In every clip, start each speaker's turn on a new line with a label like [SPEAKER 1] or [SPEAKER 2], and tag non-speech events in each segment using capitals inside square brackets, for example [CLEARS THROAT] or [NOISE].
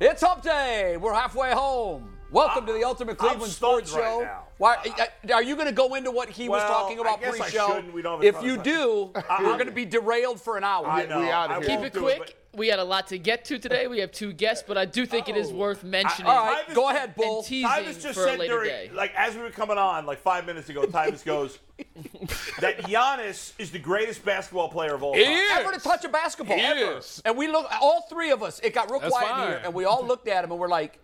[SPEAKER 1] It's Hump Day. We're halfway home. Welcome to the Ultimate Cleveland
[SPEAKER 2] Ah, stunned
[SPEAKER 1] Sports
[SPEAKER 2] right
[SPEAKER 1] Show.
[SPEAKER 2] now.
[SPEAKER 1] Why uh, are you going to go into what he was
[SPEAKER 2] Well,
[SPEAKER 1] talking
[SPEAKER 2] I
[SPEAKER 1] about
[SPEAKER 2] guess I
[SPEAKER 1] pre-show?
[SPEAKER 2] shouldn't. We don't have a
[SPEAKER 1] if
[SPEAKER 2] ton of
[SPEAKER 1] you
[SPEAKER 2] time. [LAUGHS] Uh-uh.
[SPEAKER 1] do, we're going to be derailed for an hour.
[SPEAKER 2] I know.
[SPEAKER 3] we outta
[SPEAKER 2] I won't
[SPEAKER 3] here. Keep
[SPEAKER 4] Keep it
[SPEAKER 2] do
[SPEAKER 4] quick.
[SPEAKER 2] but-
[SPEAKER 4] we had a lot to get to today. We have two guests, but I do think it is worth mentioning.
[SPEAKER 1] All right,
[SPEAKER 2] Tyvus-
[SPEAKER 1] go ahead, Bull.
[SPEAKER 4] And teasing
[SPEAKER 2] Tyvus just
[SPEAKER 4] for a
[SPEAKER 2] said
[SPEAKER 4] later
[SPEAKER 2] during,
[SPEAKER 4] day.
[SPEAKER 2] like, as we were coming on, like five minutes ago, Tyvus goes
[SPEAKER 4] [LAUGHS]
[SPEAKER 2] that Giannis is the greatest basketball player of all time.
[SPEAKER 1] Ever to touch a basketball.
[SPEAKER 5] He
[SPEAKER 1] ever.
[SPEAKER 5] is.
[SPEAKER 1] And we look, all three of us, it got real
[SPEAKER 5] That's
[SPEAKER 1] quiet
[SPEAKER 5] fine.
[SPEAKER 1] here, and we all looked at him and we're like,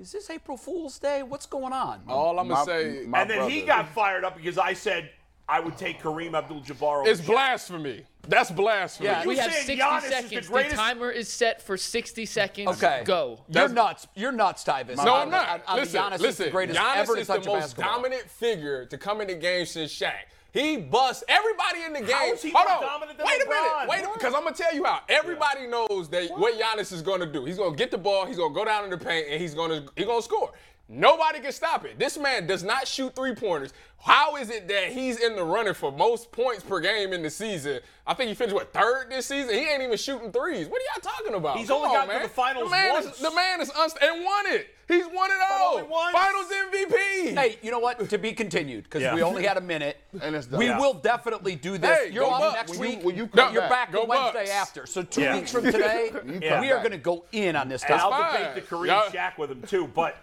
[SPEAKER 1] is this April Fool's Day? What's going on?
[SPEAKER 5] All I'm
[SPEAKER 3] My-
[SPEAKER 5] gonna say
[SPEAKER 3] my
[SPEAKER 2] and then he
[SPEAKER 3] brother.
[SPEAKER 2] got fired up because I said I would take Kareem Abdul-Jabbar. over
[SPEAKER 5] is
[SPEAKER 2] Giannis.
[SPEAKER 5] blasphemy. That's blasphemy.
[SPEAKER 1] Yeah,
[SPEAKER 4] we
[SPEAKER 2] you
[SPEAKER 4] have
[SPEAKER 2] saying
[SPEAKER 4] 60
[SPEAKER 2] Giannis is the
[SPEAKER 4] seconds. The,
[SPEAKER 2] greatest-
[SPEAKER 4] timer is set for 60 seconds.
[SPEAKER 1] Okay.
[SPEAKER 4] Go.
[SPEAKER 1] You're
[SPEAKER 5] That's-
[SPEAKER 1] nuts. You're nuts, Tyvus.
[SPEAKER 5] no,
[SPEAKER 1] On
[SPEAKER 5] I'm
[SPEAKER 1] the-
[SPEAKER 5] not.
[SPEAKER 1] on- on the
[SPEAKER 5] listen,
[SPEAKER 1] Giannis
[SPEAKER 5] listen.
[SPEAKER 1] is the greatest
[SPEAKER 5] Giannis
[SPEAKER 1] ever to
[SPEAKER 5] is
[SPEAKER 1] touch
[SPEAKER 5] the
[SPEAKER 1] a
[SPEAKER 5] most
[SPEAKER 1] basketball.
[SPEAKER 5] dominant figure to come in the game since Shaq. He busts everybody in the game.
[SPEAKER 2] How is he more
[SPEAKER 5] Hold on.
[SPEAKER 2] dominant than
[SPEAKER 5] Wait a
[SPEAKER 2] LeBron?
[SPEAKER 5] minute. Wait a minute. Because I'm gonna tell you how. Everybody knows that what? Giannis is gonna do. He's gonna get the ball. He's gonna go down in the paint, and he's gonna he's gonna score. Nobody can stop it. This man does not shoot three pointers. How is it that he's in the running for most points per game in the season? I think he finished what third this season. He ain't even shooting threes. What are y'all talking about?
[SPEAKER 2] He's
[SPEAKER 5] Come
[SPEAKER 2] only
[SPEAKER 5] on,
[SPEAKER 2] gotten to
[SPEAKER 5] man.
[SPEAKER 2] the finals
[SPEAKER 5] The man
[SPEAKER 2] once.
[SPEAKER 5] Is, the man is unst- and won it. He's won it all.
[SPEAKER 2] only once.
[SPEAKER 5] Finals MVP.
[SPEAKER 1] Hey, you know what? To be continued, because
[SPEAKER 2] Yeah.
[SPEAKER 1] we only had a minute.
[SPEAKER 3] And it's done.
[SPEAKER 1] We
[SPEAKER 3] Yeah.
[SPEAKER 1] will definitely do this.
[SPEAKER 5] Hey,
[SPEAKER 1] you're
[SPEAKER 5] go
[SPEAKER 1] on
[SPEAKER 5] Bucks.
[SPEAKER 1] next
[SPEAKER 3] Will you-
[SPEAKER 1] week.
[SPEAKER 3] will you
[SPEAKER 1] No,
[SPEAKER 3] come
[SPEAKER 1] you're
[SPEAKER 3] back?
[SPEAKER 1] back,
[SPEAKER 5] Go
[SPEAKER 1] on Wednesday
[SPEAKER 5] Bucks.
[SPEAKER 1] after. So two
[SPEAKER 2] Yeah.
[SPEAKER 1] weeks from
[SPEAKER 3] [LAUGHS]
[SPEAKER 1] today,
[SPEAKER 3] come
[SPEAKER 1] we are
[SPEAKER 3] back.
[SPEAKER 1] going to go in on this
[SPEAKER 2] And
[SPEAKER 1] topic.
[SPEAKER 2] I'll
[SPEAKER 5] fine.
[SPEAKER 2] debate the Kareem
[SPEAKER 5] Yeah.
[SPEAKER 2] Shaq with him too. But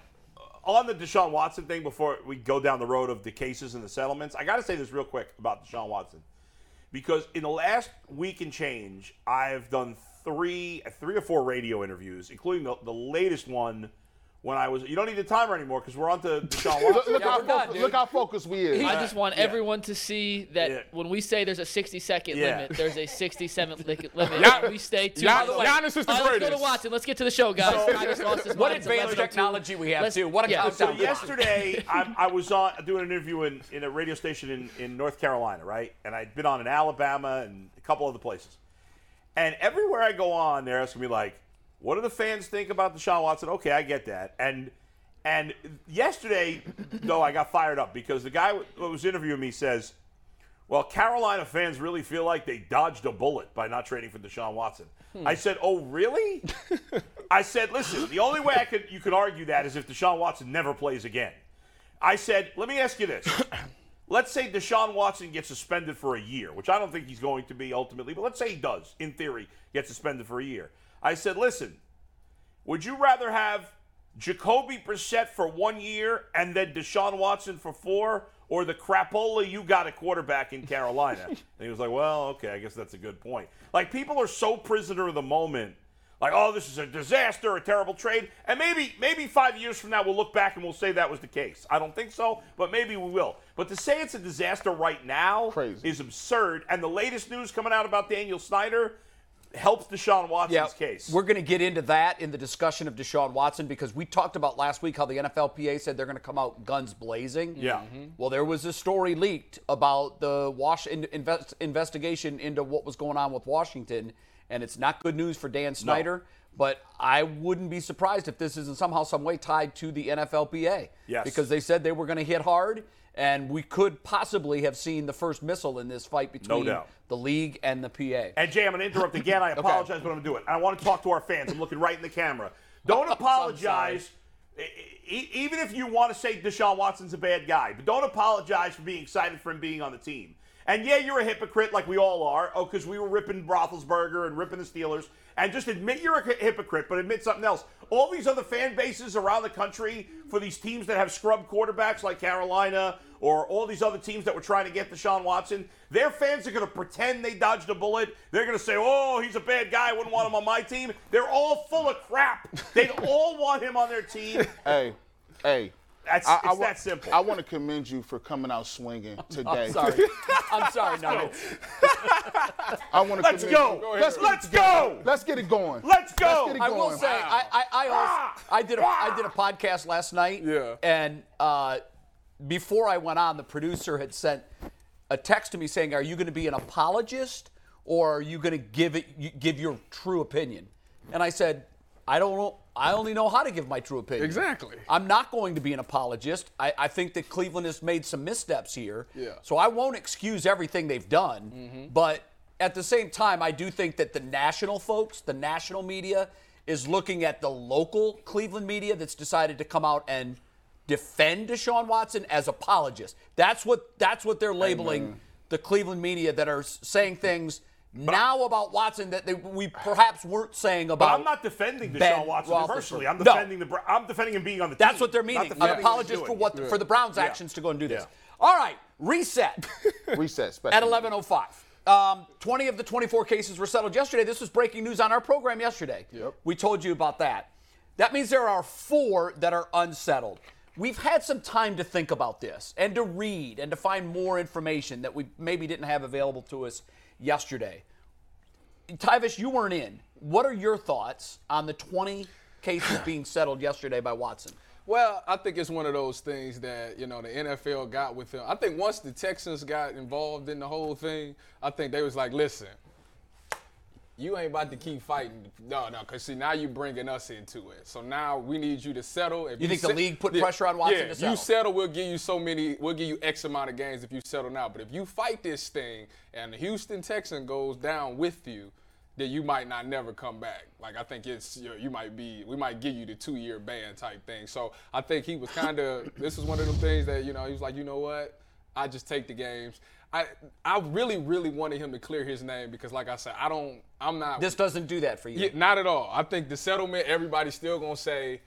[SPEAKER 2] on the Deshaun Watson thing, before we go down the road of the cases and the settlements, I got to say this real quick about Deshaun Watson, because in the last week and change, I've done three, three or four radio interviews, including the, the latest one when I was. You don't need the timer anymore because we're on to Deshaun
[SPEAKER 5] [LAUGHS]
[SPEAKER 3] Look,
[SPEAKER 2] Watson.
[SPEAKER 3] look, how,
[SPEAKER 1] we're done,
[SPEAKER 3] focus,
[SPEAKER 1] dude.
[SPEAKER 3] look how focused we is.
[SPEAKER 4] I just want everyone to see that
[SPEAKER 2] Yeah.
[SPEAKER 4] when we say there's a 60 second
[SPEAKER 2] Yeah.
[SPEAKER 4] limit, there's a 60 second li- limit.
[SPEAKER 5] Gian-
[SPEAKER 4] we stay to. By
[SPEAKER 5] Gian-
[SPEAKER 4] the way,
[SPEAKER 5] Giannis is the
[SPEAKER 4] all right, let's go to
[SPEAKER 5] greatest.
[SPEAKER 4] Watson. Let's get to the show, guys. I just lost his
[SPEAKER 1] what
[SPEAKER 4] mind. It's
[SPEAKER 1] advanced
[SPEAKER 4] 11:02.
[SPEAKER 1] technology we have
[SPEAKER 4] Let's-
[SPEAKER 1] too. What a
[SPEAKER 4] yeah.
[SPEAKER 2] So
[SPEAKER 1] countdown. clock.
[SPEAKER 2] yesterday, I, I was on doing an interview in, in a radio station in, in North Carolina, right? And I'd been on in Alabama and a couple other places. And everywhere I go on, they're asking me like, "What do the fans think about Deshaun Watson?" Okay, I get that. And and yesterday, though, I got fired up because the guy who was interviewing me says, "Well, Carolina fans really feel like they dodged a bullet by not trading for Deshaun Watson." I said, "Oh, really?" I said, "Listen, the only way I could you could argue that is if Deshaun Watson never plays again." I said, "Let me ask you this." Let's say Deshaun Watson gets suspended for a year, which I don't think he's going to be ultimately, but let's say he does, in theory, get suspended for a year. I said, listen, would you rather have Jacoby Brissett for one year and then Deshaun Watson for four, or the crapola you got at quarterback in Carolina? and he was like, well, okay, I guess that's a good point. Like, people are so prisoner of the moment. Like, oh, this is a disaster, a terrible trade. And maybe, maybe five years from now, we'll look back and we'll say that was the case. I don't think so, but maybe we will. But to say it's a disaster right now
[SPEAKER 3] Crazy.
[SPEAKER 2] is absurd. And the latest news coming out about Daniel Snyder helps Deshaun Watson's case.
[SPEAKER 1] We're going to get into that in the discussion of Deshaun Watson because we talked about last week how the NFLPA said they're going to come out guns blazing.
[SPEAKER 2] Yeah. Mhm.
[SPEAKER 1] Well, there was a story leaked about the Wash in, invest, investigation into what was going on with Washington, and it's not good news for Dan Snyder. But I wouldn't be surprised if this isn't somehow, some way tied to the NFLPA.
[SPEAKER 2] Yes.
[SPEAKER 1] Because they said they were going to hit hard, and we could possibly have seen the first missile in this fight between
[SPEAKER 2] doubt.
[SPEAKER 1] the league and the PA.
[SPEAKER 2] And Jay, I'm gonna interrupt again. I apologize, but I'm gonna do it. I want to talk to our fans. I'm looking right in the camera. Don't apologize. E- e- Even if you want to say Deshaun Watson's a bad guy, but don't apologize for being excited for him being on the team. And yeah, you're a hypocrite like we all are. Oh, because we were ripping Roethlisberger and ripping the Steelers. And just admit you're a hypocrite, but admit something else. All these other fan bases around the country for these teams that have scrub quarterbacks like Carolina or all these other teams that were trying to get Deshaun Watson, their fans are going to pretend they dodged a bullet. They're going to say, oh, he's a bad guy. I wouldn't want him on my team. They're all full of crap. They'd all want him on their team.
[SPEAKER 3] hey, hey,
[SPEAKER 2] That's
[SPEAKER 3] I,
[SPEAKER 2] it's
[SPEAKER 3] I wa-
[SPEAKER 2] that simple.
[SPEAKER 3] I want to commend you for coming
[SPEAKER 2] [LAUGHS]
[SPEAKER 3] out swinging today.
[SPEAKER 1] I'm sorry. [LAUGHS] I'm sorry, Nuggets.
[SPEAKER 3] I want to
[SPEAKER 2] Let's
[SPEAKER 3] commend
[SPEAKER 2] go.
[SPEAKER 3] You.
[SPEAKER 2] Let's, let's go.
[SPEAKER 3] Let's get it going.
[SPEAKER 2] Let's
[SPEAKER 3] Let's
[SPEAKER 2] go.
[SPEAKER 3] get it
[SPEAKER 1] I
[SPEAKER 3] going.
[SPEAKER 1] will say, I, I, I, also, I did a, I did a podcast last night.
[SPEAKER 5] Yeah.
[SPEAKER 1] And uh, before I went on, the producer had sent a text to me saying, "Are you going to be an apologist, or are you going to give it, you- give your true opinion?" And I said, "I don't know. I only know how to give my true opinion.
[SPEAKER 5] Exactly.
[SPEAKER 1] I'm not going to be an apologist. I, I think that Cleveland has made some missteps here.
[SPEAKER 5] Yeah.
[SPEAKER 1] So I won't excuse everything they've done.
[SPEAKER 2] Mm-hmm.
[SPEAKER 1] But at the same time, I do think that the national folks, the national media, is looking at the local Cleveland media that's decided to come out and defend Deshaun Watson as apologists. That's what that's what they're labeling the Cleveland media that are s- saying things now about Watson that they, we perhaps weren't saying
[SPEAKER 2] But
[SPEAKER 1] about.
[SPEAKER 2] I'm not defending Deshaun
[SPEAKER 1] Ben
[SPEAKER 2] Watson
[SPEAKER 1] Roethlisberger.
[SPEAKER 2] personally. I'm
[SPEAKER 1] No.
[SPEAKER 2] defending the. Bra- I'm defending him being on the team.
[SPEAKER 1] That's what they're
[SPEAKER 2] not
[SPEAKER 1] meaning.
[SPEAKER 2] defending
[SPEAKER 1] An
[SPEAKER 2] what he's
[SPEAKER 1] apologist
[SPEAKER 2] doing.
[SPEAKER 1] for what the, for the Browns' actions to go and do this. All right, reset
[SPEAKER 3] Reset.
[SPEAKER 1] at 11:05. Um, 20 of the 24 cases were settled yesterday. This was breaking news on our program yesterday.
[SPEAKER 3] Yep.
[SPEAKER 1] We told you about that. That means there are four that are unsettled. We've had some time to think about this and to read and to find more information that we maybe didn't have available to us yesterday. Tyvish, you weren't in. What are your thoughts on the 20
[SPEAKER 2] [SIGHS]
[SPEAKER 1] cases being settled yesterday by Watson?
[SPEAKER 5] Well, I think it's one of those things that you know the NFL got with them. I think once the Texans got involved in the whole thing, I think they was like, listen, you ain't about to keep fighting. No, no, because see now you bringing us into it. So now we need you to settle. If
[SPEAKER 1] You think the league put pressure on Watson
[SPEAKER 5] Yeah,
[SPEAKER 1] to
[SPEAKER 5] you
[SPEAKER 1] settle?
[SPEAKER 5] settle, we'll give you so many, we'll give you X amount of games if you settle now. But if you fight this thing and the Houston Texan goes down with you. Then you might not never come back. Like I think it's you, know, you might be we might give you the two year ban type thing. So I think he was kind of this is one of them things that you know he was like you know what I just take the games. I I really really wanted him to clear his name because like I said I don't I'm not
[SPEAKER 1] This doesn't do that for you.
[SPEAKER 5] yeah, not at all. I think the settlement, everybody's still gonna say,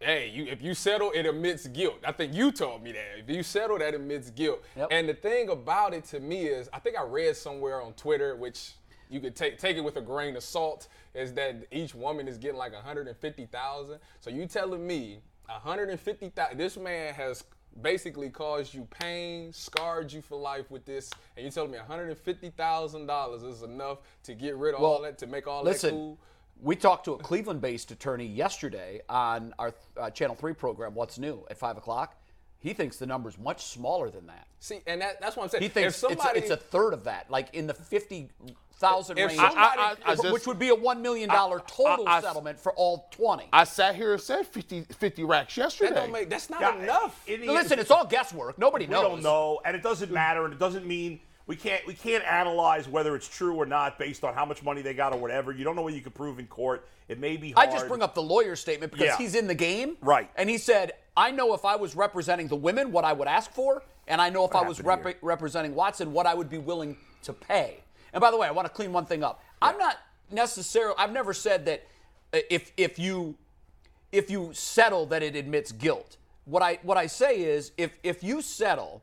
[SPEAKER 5] "Hey, you, if you settle, it admits guilt." I think you told me that. If you settle, that admits guilt.
[SPEAKER 1] Yep.
[SPEAKER 5] And the thing about it to me is, I think I read somewhere on Twitter, which you could take take it with a grain of salt, is that each woman is getting like 150,000. So you telling me 150,000? This man has basically caused you pain, scarred you for life with this, and you telling me 150,000 dollars is enough to get rid of all that, to make all
[SPEAKER 1] listen,
[SPEAKER 5] that cool?
[SPEAKER 1] We talked to a Cleveland-based attorney yesterday on our uh, Channel Three program. What's new at five o'clock? He thinks the number's much smaller than that.
[SPEAKER 5] See, and that, that's what I'm saying.
[SPEAKER 1] He thinks
[SPEAKER 5] if somebody,
[SPEAKER 1] it's, a, it's a third of that, like in the fifty thousand
[SPEAKER 5] If
[SPEAKER 1] range,
[SPEAKER 5] somebody- I-
[SPEAKER 3] I- I just-
[SPEAKER 1] which would be a one million dollar total
[SPEAKER 3] I- I-
[SPEAKER 1] settlement for all twenty.
[SPEAKER 3] I sat here and said 50, 50 racks yesterday.
[SPEAKER 5] that don't make that's not
[SPEAKER 2] Yeah,
[SPEAKER 5] enough.
[SPEAKER 2] it is-
[SPEAKER 1] Listen, it's all guesswork. Nobody
[SPEAKER 2] we
[SPEAKER 1] knows. Hmm.
[SPEAKER 2] don't know, and it doesn't matter, and it doesn't mean we can't we can't analyze whether it's true or not based on how much money they got or whatever. You don't know what you could prove in court. It may be.
[SPEAKER 1] I
[SPEAKER 2] Hard.
[SPEAKER 1] just bring up the lawyer's statement because
[SPEAKER 2] Yeah.
[SPEAKER 1] he's in the game.
[SPEAKER 2] Right.
[SPEAKER 1] And he said, I know if I was representing the women what I would ask for, and I know if I was
[SPEAKER 2] happened
[SPEAKER 1] rep- representing Watson what I would be willing to pay. And by the way, I want to clean one thing up. I'm not necessarily, I've never said that uh, if, if you if you settle that it admits guilt. What I what I say is if if you settle,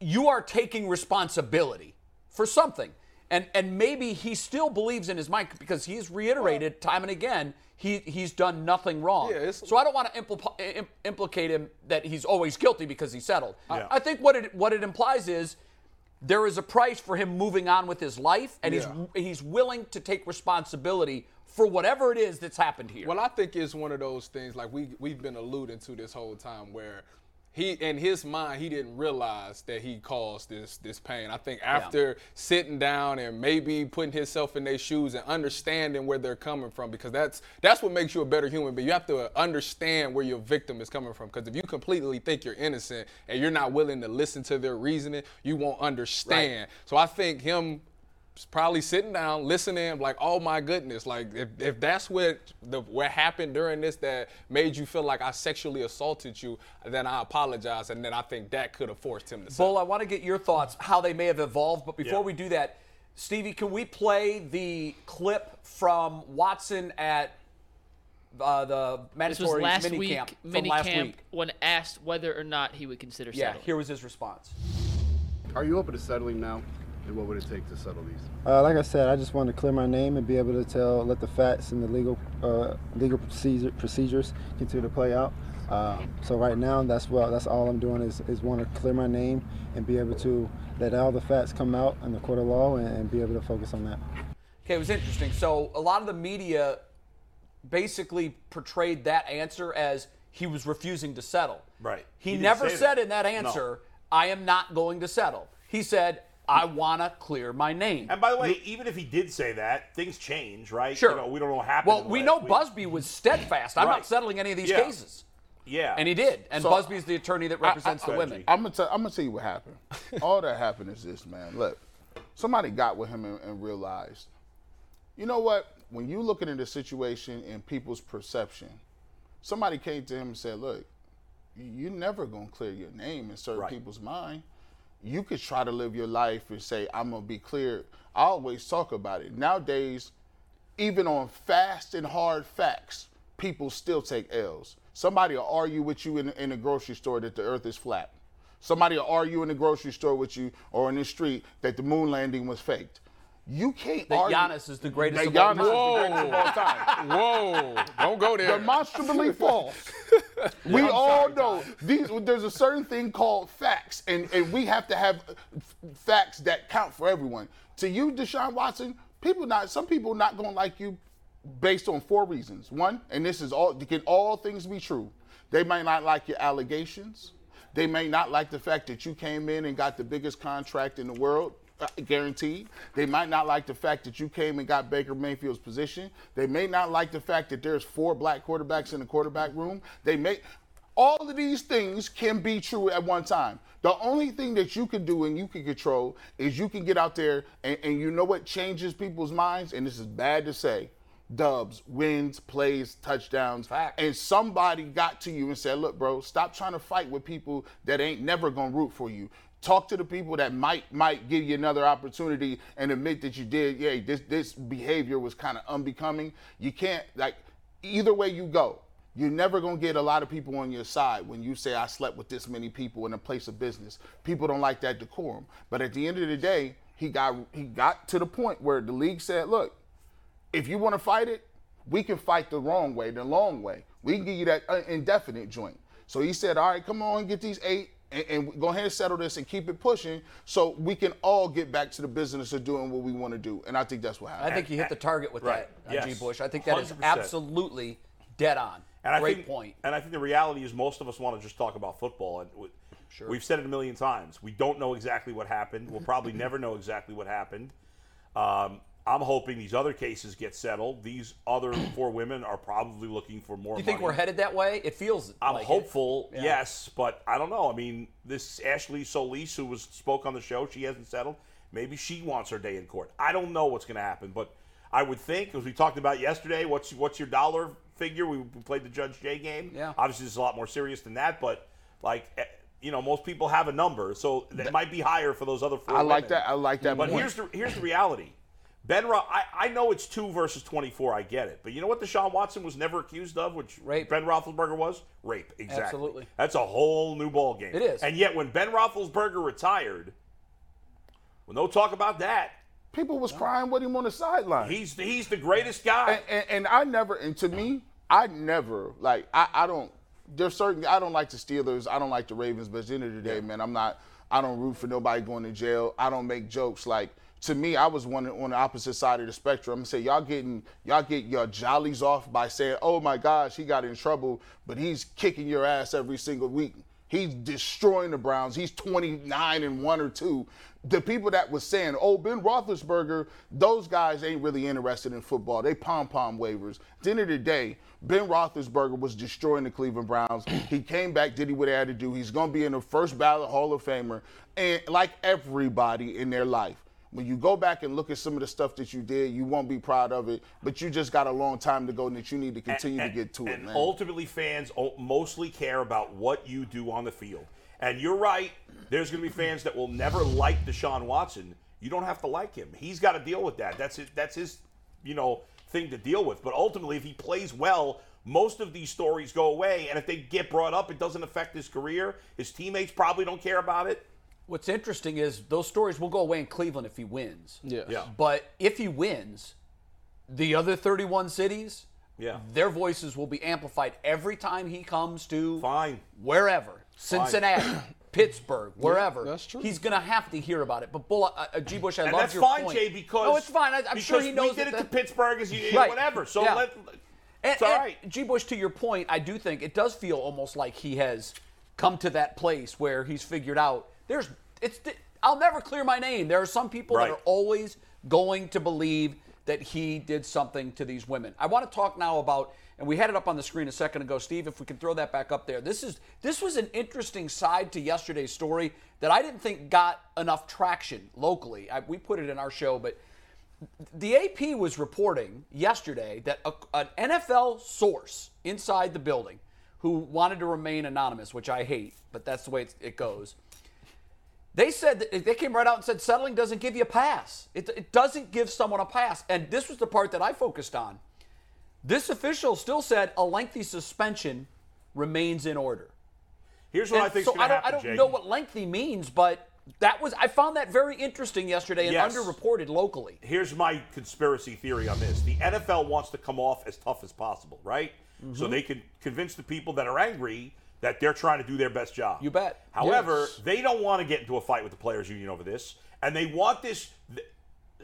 [SPEAKER 1] you are taking responsibility for something. And and maybe he still believes in his mind because he's reiterated time and again he he's done nothing wrong.
[SPEAKER 5] Yeah, it's-
[SPEAKER 1] so I don't want to impl- im- implicate him that he's always guilty because he settled. I-
[SPEAKER 2] Yeah.
[SPEAKER 1] I think what it what it implies is there is a price for him moving on with his life and he's he's willing to take responsibility for whatever it is that's happened here.
[SPEAKER 5] Well, I think it's one of those things like we we've been alluding to this whole time where he in his mind he didn't realize that he caused this this pain. I think after sitting down and maybe putting himself in their shoes and understanding where they're coming from because that's that's what makes you a better human being. You have to understand where your victim is coming from because if you completely think you're innocent and you're not willing to listen to their reasoning, you won't understand. So I think him probably sitting down, listening, like, oh my goodness, like if, if that's what the what happened during this that made you feel like I sexually assaulted you, then I apologize, and then I think that could have forced him to. settle.
[SPEAKER 1] Bull, I want to get your thoughts how they may have evolved, but before
[SPEAKER 2] Yeah.
[SPEAKER 1] we do that, Stevie, can we play the clip from Watson at uh, the
[SPEAKER 4] This was
[SPEAKER 1] mandatory
[SPEAKER 4] last
[SPEAKER 1] minicamp
[SPEAKER 4] week,
[SPEAKER 1] from
[SPEAKER 4] minicamp,
[SPEAKER 1] last week?
[SPEAKER 4] when asked whether or not he would consider
[SPEAKER 1] Yeah,
[SPEAKER 4] settling.
[SPEAKER 1] here was his response.
[SPEAKER 6] Are you open to settling now? And what would it take to settle these?
[SPEAKER 7] Uh, like I said, I just wanted to clear my name and be able to tell, let the facts and the legal uh, legal procedure, procedures continue to play out. Um, so right now, that's what that's all I'm doing is, is want to clear my name and be able to let all the facts come out in the court of law and, and be able to focus on that.
[SPEAKER 1] Okay, it was interesting. So a lot of the media basically portrayed that answer as he was refusing to settle.
[SPEAKER 2] Right.
[SPEAKER 1] He,
[SPEAKER 2] He didn't
[SPEAKER 1] never
[SPEAKER 2] say
[SPEAKER 1] said
[SPEAKER 2] that.
[SPEAKER 1] in that
[SPEAKER 2] No.
[SPEAKER 1] answer, I am not going to settle. He said, I want to clear my name.
[SPEAKER 2] And by the way, even if he did say that, things change, right?
[SPEAKER 1] Sure.
[SPEAKER 2] You know, we don't know what happened.
[SPEAKER 1] well,
[SPEAKER 2] in the
[SPEAKER 1] we
[SPEAKER 2] last
[SPEAKER 1] know
[SPEAKER 2] week.
[SPEAKER 1] Busby was steadfast. I'm
[SPEAKER 2] Right.
[SPEAKER 1] not settling any of these
[SPEAKER 2] Yeah.
[SPEAKER 1] cases.
[SPEAKER 2] Yeah.
[SPEAKER 1] And he did. And
[SPEAKER 3] So-
[SPEAKER 1] Busby's the attorney that represents the women.
[SPEAKER 3] I'm gonna tell I'm gonna tell you
[SPEAKER 5] [LAUGHS]
[SPEAKER 3] what happened. All that happened is this, man. Look, somebody got with him and, and realized, you know what? When you looking at a situation and people's perception, somebody came to him and said, "Look, you're never gonna clear your name in certain
[SPEAKER 2] Right.
[SPEAKER 3] people's mind. You could try to live your life and say I'm gonna be cleared." I always talk about it nowadays. Even on fast and hard facts, people still take L's. Somebody will argue with you in, in the grocery store that the Earth is flat. Somebody will argue in the grocery store with you or in the street that the moon landing was faked. You can't
[SPEAKER 1] That
[SPEAKER 3] argue.
[SPEAKER 1] Giannis is the greatest
[SPEAKER 3] that
[SPEAKER 1] of all
[SPEAKER 3] Giannis
[SPEAKER 1] time.
[SPEAKER 3] is the greatest of all time.
[SPEAKER 5] Whoa! "Oh, Don't go there.
[SPEAKER 3] demonstrably false. we all know these. There's a certain thing called facts, and and we have to have f- facts that count for everyone. To you, Deshaun Watson, people not some people not gonna like you based on four reasons. One, and this is all can all things be true. They might not like your allegations. They may not like the fact that you came in and got the biggest contract in the world, uh, guaranteed. They might not like the fact that you came and got Baker Mayfield's position. They may not like the fact that there's four black quarterbacks in the quarterback room. They may. All of these things can be true at one time. The only thing that you can do and you can control is you can get out there and, and you know what changes people's minds, and this is bad to say dubs, wins, plays, touchdowns.
[SPEAKER 1] Fact.
[SPEAKER 3] And somebody got to you and said, look, bro, stop trying to fight with people that ain't never gonna root for you. Talk to the people that might might give you another opportunity and admit that you did, yeah, this this behavior was kind of unbecoming. You can't like either way you go, you're never gonna get a lot of people on your side when you say I slept with this many people in a place of business. People don't like that decorum. But at the end of the day, he got he got to the point where the league said, look, if you want to fight it, we can fight the wrong way, the long way. We can give you that uh, indefinite joint. So he said, all right, come on, get these eight and, and go ahead and settle this and keep it pushing so we can all get back to the business of doing what we want to do. And I think that's what happened.
[SPEAKER 1] I think you hit the target with
[SPEAKER 2] Right.
[SPEAKER 1] that, uh, G.
[SPEAKER 2] Yes.
[SPEAKER 1] Bush. I think that is
[SPEAKER 2] 100%.
[SPEAKER 1] absolutely dead on.
[SPEAKER 2] And
[SPEAKER 1] Great
[SPEAKER 2] I think,
[SPEAKER 1] point.
[SPEAKER 2] And I think the reality is most of us want to just talk about football. And we, we've said it a million times. We don't know exactly what happened. We'll
[SPEAKER 1] [LAUGHS]
[SPEAKER 2] probably never know exactly what happened. Um, I'm hoping these other cases get settled. These other four women are probably looking for more.
[SPEAKER 1] You think
[SPEAKER 2] money.
[SPEAKER 1] we're headed that way? It feels.
[SPEAKER 2] I'm
[SPEAKER 1] like it.
[SPEAKER 2] hopeful, yes, but I don't know. I mean, this Ashley Solis who was spoke on the show, she hasn't settled. Maybe she wants her day in court. I don't know what's going to happen, but I would think, as we talked about yesterday, what's what's your dollar figure? We, we played the Judge J game.
[SPEAKER 1] Yeah.
[SPEAKER 2] Obviously, it's a lot more serious than that, but like. eh, You know, most people have a number, so that might be higher for those other four.
[SPEAKER 3] I
[SPEAKER 2] women.
[SPEAKER 3] like that. I like that
[SPEAKER 2] But
[SPEAKER 3] point.
[SPEAKER 2] here's the here's the reality. Ben, Ro- I, I know it's two versus 24. I get it. But you know what Deshaun Watson was never accused of, which
[SPEAKER 1] Rape.
[SPEAKER 2] Ben Roethlisberger was? Rape. Exactly.
[SPEAKER 1] Absolutely.
[SPEAKER 2] That's a whole new ballgame.
[SPEAKER 1] It is.
[SPEAKER 2] And yet, when Ben Roethlisberger retired, well, no talk about that.
[SPEAKER 3] People was crying with him on the sideline.
[SPEAKER 2] He's the, he's the greatest guy.
[SPEAKER 3] and, and, and I never, and to me, I never like I, I don't. There's certain I don't like the Steelers. I don't like the Ravens. But at the end of the day, man, I'm not. I don't root for nobody going to jail. I don't make jokes. Like to me, I was one on the opposite side of the spectrum. I'm gonna say y'all getting y'all get your jollies off by saying, "Oh my gosh, he got in trouble," but he's kicking your ass every single week. He's destroying the Browns. He's 29 and one or two. The people that was saying, "Oh, Ben Roethlisberger," those guys ain't really interested in football. They pom pom waivers. At the end of the day, Ben Roethlisberger was destroying the Cleveland
[SPEAKER 2] [CLEARS THROAT]
[SPEAKER 3] Browns. He came back, did what he had to do. He's going to be in the first ballot Hall of Famer, and like everybody in their life. When you go back and look at some of the stuff that you did, you won't be proud of it. But you just got a long time to go, and that you need to continue
[SPEAKER 2] and-
[SPEAKER 3] to get to it,
[SPEAKER 2] and
[SPEAKER 3] man.
[SPEAKER 2] ultimately, fans o- mostly care about what you do on the field. And you're right. There's going to be fans that will never like Deshaun Watson. You don't have to like him. He's got to deal with that. That's his, that's his, you know, thing to deal with. But ultimately, if he plays well, most of these stories go away. And if they get brought up, it doesn't affect his career. His teammates probably don't care about it.
[SPEAKER 1] What's interesting is those stories will go away in Cleveland if he wins.
[SPEAKER 5] Yeah.
[SPEAKER 2] Yeah.
[SPEAKER 1] But if he wins, the other 31 cities,
[SPEAKER 2] Yeah.
[SPEAKER 1] their voices will be amplified every time he comes to
[SPEAKER 2] Fine.
[SPEAKER 1] wherever, Cincinnati, [COUGHS] Pittsburgh, wherever.
[SPEAKER 5] that's true.
[SPEAKER 1] He's gonna have to hear about it. But Bull, uh, uh, G. Bush, I
[SPEAKER 2] And
[SPEAKER 1] love
[SPEAKER 2] that's
[SPEAKER 1] your
[SPEAKER 2] fine,
[SPEAKER 1] point.
[SPEAKER 2] Jay, because
[SPEAKER 1] no, it's fine. I, I'm sure
[SPEAKER 2] because
[SPEAKER 1] he knows
[SPEAKER 2] we did
[SPEAKER 1] that
[SPEAKER 2] it to
[SPEAKER 1] that-
[SPEAKER 2] Pittsburgh as you,
[SPEAKER 1] Right.
[SPEAKER 2] whatever. So
[SPEAKER 1] Yeah.
[SPEAKER 2] let
[SPEAKER 1] And,
[SPEAKER 2] it's all
[SPEAKER 1] and
[SPEAKER 2] right.
[SPEAKER 1] G. Bush, to your point, I do think it does feel almost like he has come to that place where he's figured out there's it's I'll never clear my name. There are some people
[SPEAKER 2] Right.
[SPEAKER 1] that are always going to believe that he did something to these women. I want to talk now about and we had it up on the screen a second ago, Steve, if we can throw that back up there. This is this was an interesting side to yesterday's story that I didn't think got enough traction locally. I, we put it in our show, but the AP was reporting yesterday that a, an NFL source inside the building who wanted to remain anonymous, which I hate, but that's the way it, it goes. They said that they came right out and said settling doesn't give you a pass. It, it doesn't give someone a pass. And this was the part that I focused on. This official still said a lengthy suspension remains in order.
[SPEAKER 2] Here's what I
[SPEAKER 1] And
[SPEAKER 2] think
[SPEAKER 1] so
[SPEAKER 2] going
[SPEAKER 1] I
[SPEAKER 2] to
[SPEAKER 1] don't,
[SPEAKER 2] happen,
[SPEAKER 1] I don't
[SPEAKER 2] Jake.
[SPEAKER 1] know what lengthy means, but that was I found that very interesting yesterday and
[SPEAKER 2] Yes.
[SPEAKER 1] underreported locally.
[SPEAKER 2] here's my conspiracy theory on this. The NFL wants to come off as tough as possible, right?
[SPEAKER 1] Mm-hmm.
[SPEAKER 2] So they can convince the people that are angry that they're trying to do their best job.
[SPEAKER 1] You bet.
[SPEAKER 2] However,
[SPEAKER 1] Yes.
[SPEAKER 2] they don't want to get into a fight with the players union over this, and they want this th-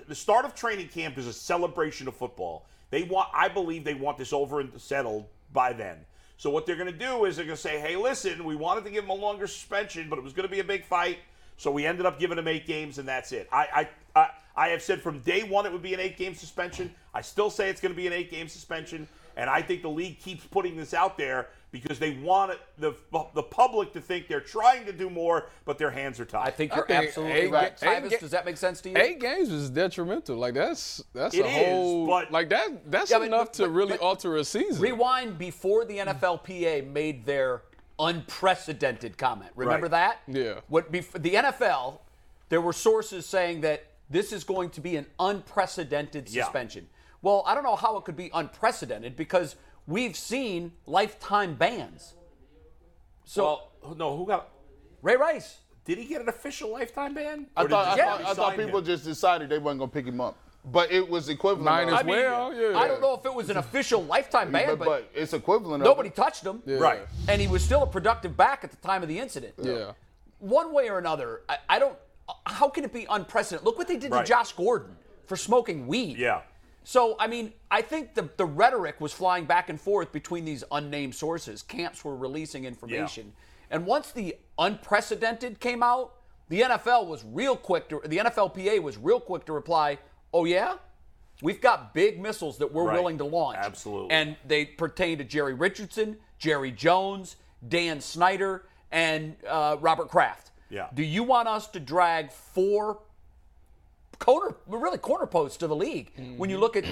[SPEAKER 2] the start of training camp is a celebration of football. They want I believe they want this over and settled by then. So what they're going to do is they're going to say, "Hey, listen, we wanted to give him a longer suspension, but it was going to be a big fight, so we ended up giving him 8 games and that's it." I I I, I have said from day 1 it would be an 8-game suspension. I still say it's going to be an 8-game suspension, and I think the league keeps putting this out there because they want it, the the public to think they're trying to do more, but their hands are tied.
[SPEAKER 1] I think you're
[SPEAKER 5] think
[SPEAKER 1] absolutely
[SPEAKER 5] eight
[SPEAKER 1] right.
[SPEAKER 5] ga- eight
[SPEAKER 1] Tyvus,
[SPEAKER 5] ga-
[SPEAKER 1] does that make sense to you?
[SPEAKER 5] Eight games is detrimental. Like that's that's
[SPEAKER 2] It
[SPEAKER 5] a
[SPEAKER 2] is,
[SPEAKER 5] whole
[SPEAKER 2] but-
[SPEAKER 5] like that that's
[SPEAKER 1] Yeah, but-
[SPEAKER 5] enough to
[SPEAKER 1] but-
[SPEAKER 5] really
[SPEAKER 1] but-
[SPEAKER 5] alter a season.
[SPEAKER 1] Rewind before the NFLPA made their unprecedented comment. Remember
[SPEAKER 2] Right.
[SPEAKER 1] that?
[SPEAKER 5] Yeah.
[SPEAKER 1] What bef- the NFL, there were sources saying that this is going to be an unprecedented
[SPEAKER 2] Yeah.
[SPEAKER 1] suspension. Well, I don't know how it could be unprecedented because we've seen lifetime bans. So
[SPEAKER 2] Well, Oh, no, who got?
[SPEAKER 1] Ray Rice,
[SPEAKER 2] Did he get an official lifetime ban?
[SPEAKER 3] I thought, I
[SPEAKER 1] just
[SPEAKER 3] thought, I thought
[SPEAKER 2] resign
[SPEAKER 3] people
[SPEAKER 2] him?
[SPEAKER 3] just decided they weren't gonna pick him up, but it was equivalent.
[SPEAKER 5] Mine
[SPEAKER 3] of-
[SPEAKER 5] as
[SPEAKER 3] I mean,
[SPEAKER 5] well. yeah.
[SPEAKER 1] I don't know if it was an official lifetime ban,
[SPEAKER 3] but,
[SPEAKER 1] but,
[SPEAKER 3] but it's equivalent.
[SPEAKER 1] nobody
[SPEAKER 3] Of,
[SPEAKER 1] touched him.
[SPEAKER 2] right.
[SPEAKER 1] And he was still a productive back at the time of the incident.
[SPEAKER 5] Yeah.
[SPEAKER 1] one way or another, I, I don't. How can it be unprecedented? Look what they did to
[SPEAKER 2] Right.
[SPEAKER 1] Josh Gordon for smoking weed.
[SPEAKER 2] Yeah.
[SPEAKER 1] So I mean, I think the the rhetoric was flying back and forth between these unnamed sources. Camps were releasing information, and once the unprecedented came out, the NFL was real quick to the NFLPA was real quick to reply. Oh yeah. We've got big missiles that we're
[SPEAKER 2] Right.
[SPEAKER 1] willing to launch.
[SPEAKER 2] Absolutely.
[SPEAKER 1] And they pertain to Jerry Richardson, Jerry Jones, Dan Snyder, and uh, Robert Kraft.
[SPEAKER 2] Yeah.
[SPEAKER 1] Do you want us to drag four corner, really corner posts to the league when you look at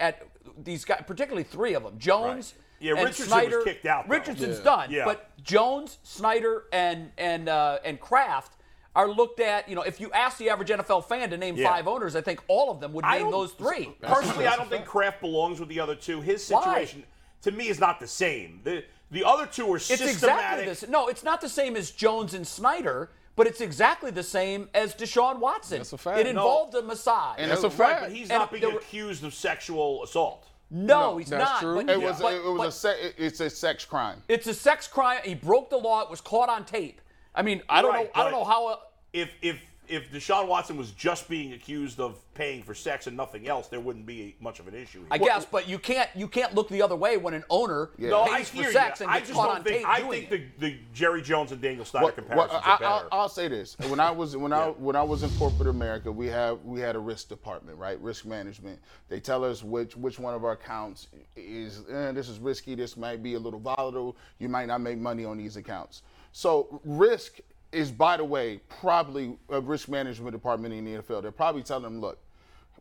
[SPEAKER 1] at these guys, particularly three of them, Jones.
[SPEAKER 2] Mm-hmm. Right. Yeah,
[SPEAKER 1] and
[SPEAKER 2] Richardson was
[SPEAKER 1] Snyder.
[SPEAKER 2] kicked out, though.
[SPEAKER 1] Richardson's
[SPEAKER 5] Yeah.
[SPEAKER 1] done,
[SPEAKER 2] Yeah.
[SPEAKER 1] but Jones, Snyder, and and uh, and Kraft are looked at. You know, if you ask the average NFL fan to name
[SPEAKER 2] Yeah.
[SPEAKER 1] five owners, I think all of them would
[SPEAKER 2] I
[SPEAKER 1] name
[SPEAKER 2] don't-
[SPEAKER 1] those three.
[SPEAKER 2] Personally, I don't think Kraft belongs with the other two. His
[SPEAKER 1] Why?
[SPEAKER 2] situation, to me, is not the same. The the other two are
[SPEAKER 1] It's
[SPEAKER 2] systematic.
[SPEAKER 1] exactly this. No, it's not the same as Jones and Snyder, but it's exactly the same as Deshaun Watson.
[SPEAKER 5] That's a fact.
[SPEAKER 1] It
[SPEAKER 5] No.
[SPEAKER 1] involved a massage.
[SPEAKER 5] That's a
[SPEAKER 2] Right,
[SPEAKER 5] fact.
[SPEAKER 2] but he's
[SPEAKER 1] And
[SPEAKER 2] not being
[SPEAKER 1] there were-
[SPEAKER 2] accused of sexual assault.
[SPEAKER 1] no, he's
[SPEAKER 5] that's
[SPEAKER 1] not.
[SPEAKER 5] true.
[SPEAKER 1] but-
[SPEAKER 3] it was
[SPEAKER 1] but-
[SPEAKER 3] it was
[SPEAKER 1] but-
[SPEAKER 3] a se- it- it's a sex crime.
[SPEAKER 1] It's a sex crime. He broke the law. It was caught on tape. I mean, I don't
[SPEAKER 2] Right,
[SPEAKER 1] know. I don't
[SPEAKER 2] but-
[SPEAKER 1] know how. uh,
[SPEAKER 2] If if if Deshaun Watson was just being accused of paying for sex and nothing else, there wouldn't be much of an issue.
[SPEAKER 1] I guess, but you can't. You can't look the other way when an owner
[SPEAKER 2] No, I
[SPEAKER 1] pays for
[SPEAKER 2] hear
[SPEAKER 1] sex
[SPEAKER 2] you.
[SPEAKER 1] and
[SPEAKER 2] I
[SPEAKER 1] gets
[SPEAKER 2] just
[SPEAKER 1] caught on
[SPEAKER 2] don't think.
[SPEAKER 1] tape
[SPEAKER 2] I
[SPEAKER 1] doing
[SPEAKER 2] think
[SPEAKER 1] it.
[SPEAKER 2] the, the Jerry Jones and Daniel Snyder
[SPEAKER 3] What-
[SPEAKER 2] comparisons
[SPEAKER 3] what-
[SPEAKER 2] are
[SPEAKER 3] I,
[SPEAKER 2] better.
[SPEAKER 3] I'll, I'll say this: when I was when I when I was in corporate America, we have we had a risk department, right? Risk management. They tell us which which one of our accounts is eh, this is risky. This might be a little volatile. You might not make money on these accounts. So risk is, by the way, probably a risk management department in the NFL. They're probably telling them, look,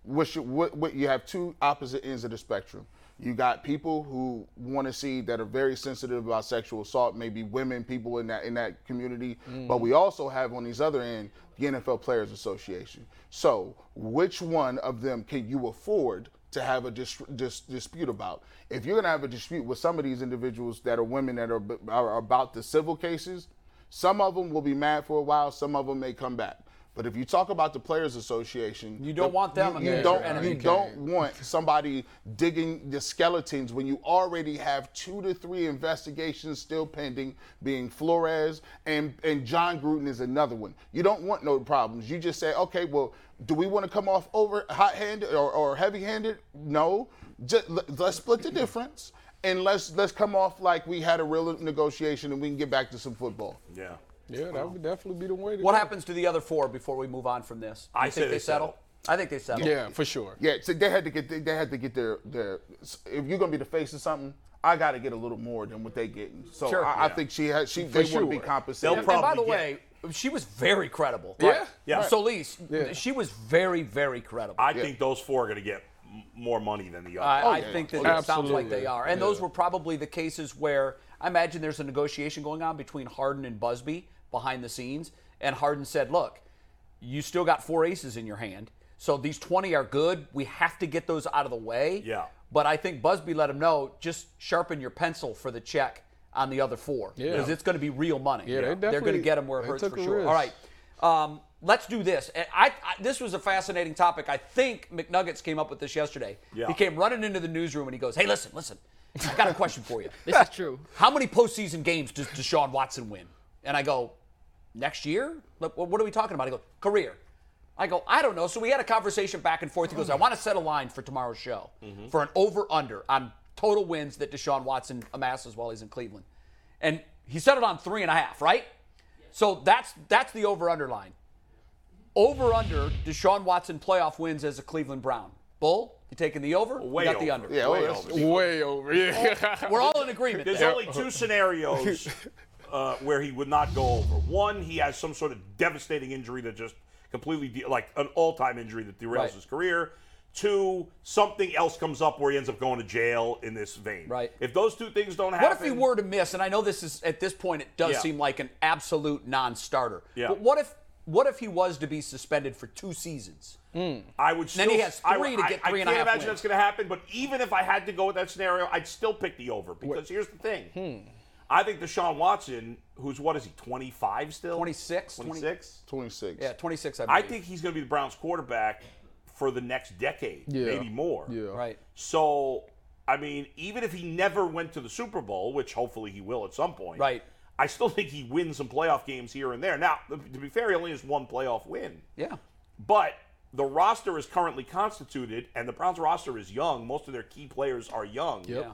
[SPEAKER 3] what you, what, what you have two opposite ends of the spectrum. You got people who want to see that are very sensitive about sexual assault, maybe women, people in that in that community. But we also have on these other end the NFL Players Association. So which one of them can you afford to have a dis- dis- dispute about? If you're gonna have a dispute with some of these individuals that are women that are, are about the civil cases, Some of them will be mad for a while. Some of them may come back. But if you talk about the Players Association,
[SPEAKER 1] You don't
[SPEAKER 3] the-
[SPEAKER 1] want them
[SPEAKER 3] You, you
[SPEAKER 1] against
[SPEAKER 3] don't.
[SPEAKER 1] your enemy.
[SPEAKER 3] You don't want somebody digging the skeletons when you already have two to three investigations still pending, being Flores and and John Gruden is another one. You don't want no problems. You just say, okay, well, do we want to come off over hot-handed or, or heavy-handed? No. Just, let's split the difference. And let's let's come off like we had a real negotiation, and we can get back to some football.
[SPEAKER 2] Yeah.
[SPEAKER 5] Yeah, that would definitely be the way to
[SPEAKER 1] What
[SPEAKER 5] go.
[SPEAKER 1] happens to the other four before we move on from this? You
[SPEAKER 2] I
[SPEAKER 1] think
[SPEAKER 2] say they settle.
[SPEAKER 1] I think they settle.
[SPEAKER 5] Yeah, for sure.
[SPEAKER 3] Yeah, so they had to get they had to get their their. If you're gonna be the face of something, I got to get a little more than what they getting. So
[SPEAKER 1] Sure.
[SPEAKER 3] I, I think she has she they want to be
[SPEAKER 5] sure.
[SPEAKER 3] compensated.
[SPEAKER 2] They'll
[SPEAKER 1] And by the
[SPEAKER 2] Probably
[SPEAKER 1] way, she was very credible.
[SPEAKER 5] Yeah.
[SPEAKER 2] Yeah. Right.
[SPEAKER 1] Solis,
[SPEAKER 5] Yeah.
[SPEAKER 1] she was very, very credible.
[SPEAKER 2] I think those four are going to get m- more money than the
[SPEAKER 1] I,
[SPEAKER 2] other.
[SPEAKER 1] I think
[SPEAKER 2] Oh,
[SPEAKER 1] that it sounds like
[SPEAKER 5] Absolutely.
[SPEAKER 1] they are. And those were probably the cases where I imagine there's a negotiation going on between Harden and Busby behind the scenes. And Harden said, look, you still got four aces in your hand. So these 20 are good. We have to get those out of the way.
[SPEAKER 2] Yeah.
[SPEAKER 1] But I think Busby let him know just sharpen your pencil for the check on the other four. Because it's going to be real money.
[SPEAKER 5] Yeah, they
[SPEAKER 1] They're going to
[SPEAKER 5] definitely-
[SPEAKER 1] get him where it
[SPEAKER 5] they
[SPEAKER 1] hurts
[SPEAKER 5] took
[SPEAKER 1] for
[SPEAKER 5] a
[SPEAKER 1] sure.
[SPEAKER 5] risk.
[SPEAKER 1] All right. Um, let's do this. And I, I this was a fascinating topic. I think McNuggets came up with this yesterday.
[SPEAKER 2] Yeah.
[SPEAKER 1] He came running into the newsroom and he goes, "Hey, listen, listen. I got a question for you.
[SPEAKER 4] This is true.
[SPEAKER 1] How many postseason games does Deshaun Watson win?" And I go, "Next year? Look, wh- What are we talking about?" He goes, "Career." I go, "I don't know." So we had a conversation back and forth. He goes, "I want to set a line for tomorrow's show for an over/under on total wins that Deshaun Watson amasses while he's in Cleveland," and he set it on three and a half, right? So that's that's the over/under line over under Deshaun Watson playoff wins as a Cleveland Brown. Bull, you taking the over?
[SPEAKER 2] Way
[SPEAKER 1] you got the
[SPEAKER 2] over.
[SPEAKER 1] under.
[SPEAKER 3] Yeah,
[SPEAKER 2] way
[SPEAKER 3] well,
[SPEAKER 2] over.
[SPEAKER 5] Way over. Yeah.
[SPEAKER 1] We're all in agreement.
[SPEAKER 2] There's
[SPEAKER 1] there.
[SPEAKER 2] only
[SPEAKER 1] [LAUGHS]
[SPEAKER 2] two scenarios uh, where he would not go over. One, he has some sort of devastating injury that just completely, de- like an all time injury that derails
[SPEAKER 1] Right.
[SPEAKER 2] his career. Two, something else comes up where he ends up going to jail in this vein.
[SPEAKER 1] Right.
[SPEAKER 2] If those two things don't happen.
[SPEAKER 1] what if he were to miss? And I know this is at this point it does
[SPEAKER 2] Yeah.
[SPEAKER 1] seem like an absolute non-starter.
[SPEAKER 2] Yeah.
[SPEAKER 1] But what if what if he was to be suspended for two seasons?
[SPEAKER 2] I would still.
[SPEAKER 1] Then he has
[SPEAKER 2] I-
[SPEAKER 1] three to
[SPEAKER 2] I-
[SPEAKER 1] get
[SPEAKER 2] I
[SPEAKER 1] three
[SPEAKER 2] can't
[SPEAKER 1] and a half
[SPEAKER 2] imagine
[SPEAKER 1] wins.
[SPEAKER 2] that's going to happen. But even if I had to go with that scenario, I'd still pick the over because here's the thing.
[SPEAKER 1] hmm.
[SPEAKER 2] I think Deshaun Watson, who's what is he, 25 still?
[SPEAKER 1] 26,
[SPEAKER 2] 26?
[SPEAKER 3] 26.
[SPEAKER 1] Yeah, 26 I
[SPEAKER 2] I
[SPEAKER 1] believe.
[SPEAKER 2] think he's going to be the Browns quarterback for the next decade, maybe more. Yeah.
[SPEAKER 1] right.
[SPEAKER 2] So, I mean, even if he never went to the Super Bowl, which hopefully he will at some point,
[SPEAKER 1] Right.
[SPEAKER 2] I still think he wins some playoff games here and there. Now, to be fair, he only has one playoff win.
[SPEAKER 1] Yeah.
[SPEAKER 2] But the roster is currently constituted, and the Browns roster is young. Most of their key players are young.
[SPEAKER 1] Yeah.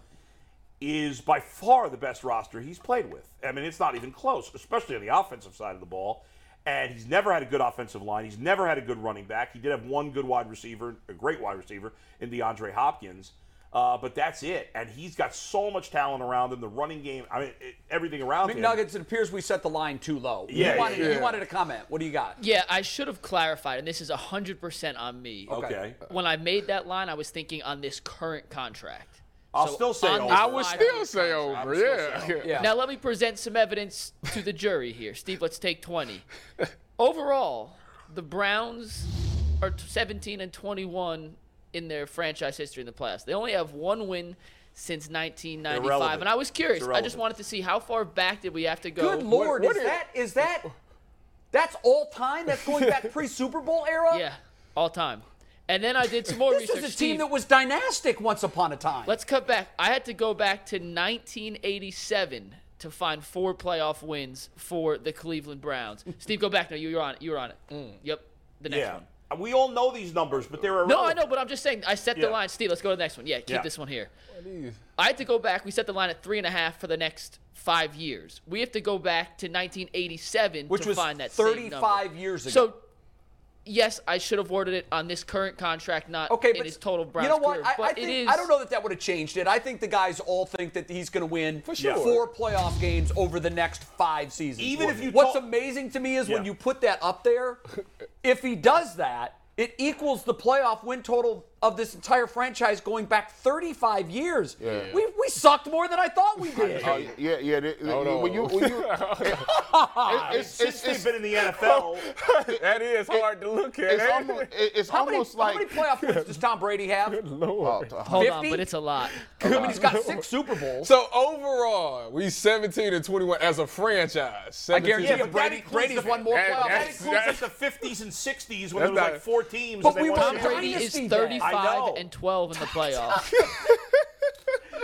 [SPEAKER 2] Is by far the best roster he's played with. I mean, it's not even close, especially on the offensive side of the ball. And he's never had a good offensive line. He's never had a good running back. He did have one good wide receiver, a great wide receiver, in DeAndre Hopkins. Uh, but that's it. And he's got so much talent around him. The running game, I mean, it, everything around him.
[SPEAKER 1] McNuggets, it appears we set the line too low.
[SPEAKER 2] Yeah,
[SPEAKER 1] you, wanted,
[SPEAKER 2] yeah. Uh,
[SPEAKER 1] you wanted a comment. What do you got?
[SPEAKER 4] Yeah, I should have clarified, and this is 100% on me.
[SPEAKER 2] Okay.
[SPEAKER 4] When I made that line, I was thinking on this current contract.
[SPEAKER 2] I'll
[SPEAKER 4] So
[SPEAKER 2] still say
[SPEAKER 4] on this
[SPEAKER 2] over.
[SPEAKER 5] [LAUGHS] I would
[SPEAKER 4] line,
[SPEAKER 5] still
[SPEAKER 4] was
[SPEAKER 5] say
[SPEAKER 4] contract.
[SPEAKER 5] over.
[SPEAKER 2] still
[SPEAKER 5] Yeah. [LAUGHS]
[SPEAKER 2] say
[SPEAKER 1] Yeah.
[SPEAKER 4] Now let me present some evidence to the jury here. Steve, let's take 20. Overall, the Browns are t- 17 and 21 in their franchise history in the playoffs. They only have one win since 1995.
[SPEAKER 2] Irrelevant.
[SPEAKER 4] And I was curious.
[SPEAKER 2] It's
[SPEAKER 4] I just
[SPEAKER 2] irrelevant.
[SPEAKER 4] wanted to see how far back did we have to go?
[SPEAKER 1] Good lord,
[SPEAKER 5] what
[SPEAKER 1] is
[SPEAKER 5] is-
[SPEAKER 1] that is that that's all time? That's going
[SPEAKER 2] [LAUGHS]
[SPEAKER 1] back pre-Super Bowl era?
[SPEAKER 4] Yeah, all time. And then I did some more
[SPEAKER 1] This
[SPEAKER 4] research.
[SPEAKER 1] is a team
[SPEAKER 4] Steve,
[SPEAKER 1] that was dynastic once upon a time.
[SPEAKER 4] Let's cut back. I had to go back to 1987 to find four playoff wins for the
[SPEAKER 1] [LAUGHS]
[SPEAKER 4] Cleveland Browns. Steve, go back. No, you were on it. You were on it.
[SPEAKER 1] Mm.
[SPEAKER 4] Yep. The next
[SPEAKER 2] Yeah.
[SPEAKER 4] one.
[SPEAKER 2] We all know these numbers, but they're
[SPEAKER 4] No, I
[SPEAKER 2] irrelevant.
[SPEAKER 4] know, but I'm just saying. I set the
[SPEAKER 2] Yeah.
[SPEAKER 4] line. Steve, let's go to the next one. Yeah, keep
[SPEAKER 2] Yeah.
[SPEAKER 4] this one here. I had to go back. We set the line at three and a half for the next five years. We have to go back to 1987
[SPEAKER 1] Which
[SPEAKER 4] to
[SPEAKER 1] was
[SPEAKER 4] find that same number.
[SPEAKER 1] 35 years ago.
[SPEAKER 4] So, yes, I should have worded it on this current contract, not
[SPEAKER 1] okay,
[SPEAKER 4] in
[SPEAKER 1] but
[SPEAKER 4] his total Browns
[SPEAKER 1] you know what?
[SPEAKER 4] career,
[SPEAKER 1] I,
[SPEAKER 4] but
[SPEAKER 1] I
[SPEAKER 4] it
[SPEAKER 1] think
[SPEAKER 4] is-
[SPEAKER 1] I don't know that that would have changed it. I think the guys all think that he's going to win For
[SPEAKER 5] sure.
[SPEAKER 1] four playoff games over the next five seasons.
[SPEAKER 2] Even if you
[SPEAKER 1] what's
[SPEAKER 2] talk-
[SPEAKER 1] amazing to me is when
[SPEAKER 2] Yeah.
[SPEAKER 1] you put that up there. if he does that, it equals the playoff win total of this entire franchise going back 35 years.
[SPEAKER 3] Yeah.
[SPEAKER 1] We, we sucked more than I thought we did.
[SPEAKER 3] Oh, yeah, yeah. they-
[SPEAKER 5] on.
[SPEAKER 3] when you, when
[SPEAKER 1] [LAUGHS]
[SPEAKER 3] you, it-
[SPEAKER 1] Ah,
[SPEAKER 3] it's,
[SPEAKER 2] Since
[SPEAKER 3] it's,
[SPEAKER 2] they've
[SPEAKER 3] it's,
[SPEAKER 2] been in the NFL,
[SPEAKER 5] that is hard to look at.
[SPEAKER 3] it's
[SPEAKER 5] ain't
[SPEAKER 3] almost,
[SPEAKER 5] it?
[SPEAKER 3] it- it's
[SPEAKER 1] How many,
[SPEAKER 3] almost
[SPEAKER 1] how
[SPEAKER 3] like
[SPEAKER 1] many playoff wins does Tom Brady have?
[SPEAKER 3] Oh, t-
[SPEAKER 4] Hold on,
[SPEAKER 1] 50?
[SPEAKER 4] but it's a lot.
[SPEAKER 1] I mean, he's got six Super Bowls.
[SPEAKER 5] So overall, we 17 and 21 as a franchise. 17
[SPEAKER 1] guarantee
[SPEAKER 2] yeah,
[SPEAKER 1] Yeah,
[SPEAKER 2] but
[SPEAKER 1] Brady-
[SPEAKER 2] that includes
[SPEAKER 1] Brady's
[SPEAKER 2] the,
[SPEAKER 1] won more
[SPEAKER 2] that-
[SPEAKER 1] playoff
[SPEAKER 2] That
[SPEAKER 1] games.
[SPEAKER 2] includes like the 50s and 60s when
[SPEAKER 5] That's
[SPEAKER 2] there was like
[SPEAKER 5] not-
[SPEAKER 2] four teams.
[SPEAKER 1] But
[SPEAKER 2] and they
[SPEAKER 1] we
[SPEAKER 2] won
[SPEAKER 1] won
[SPEAKER 4] Tom
[SPEAKER 2] championships.
[SPEAKER 4] Brady is
[SPEAKER 1] Dynasty, man.
[SPEAKER 2] I
[SPEAKER 4] 35
[SPEAKER 2] know.
[SPEAKER 4] and 12 in the playoffs.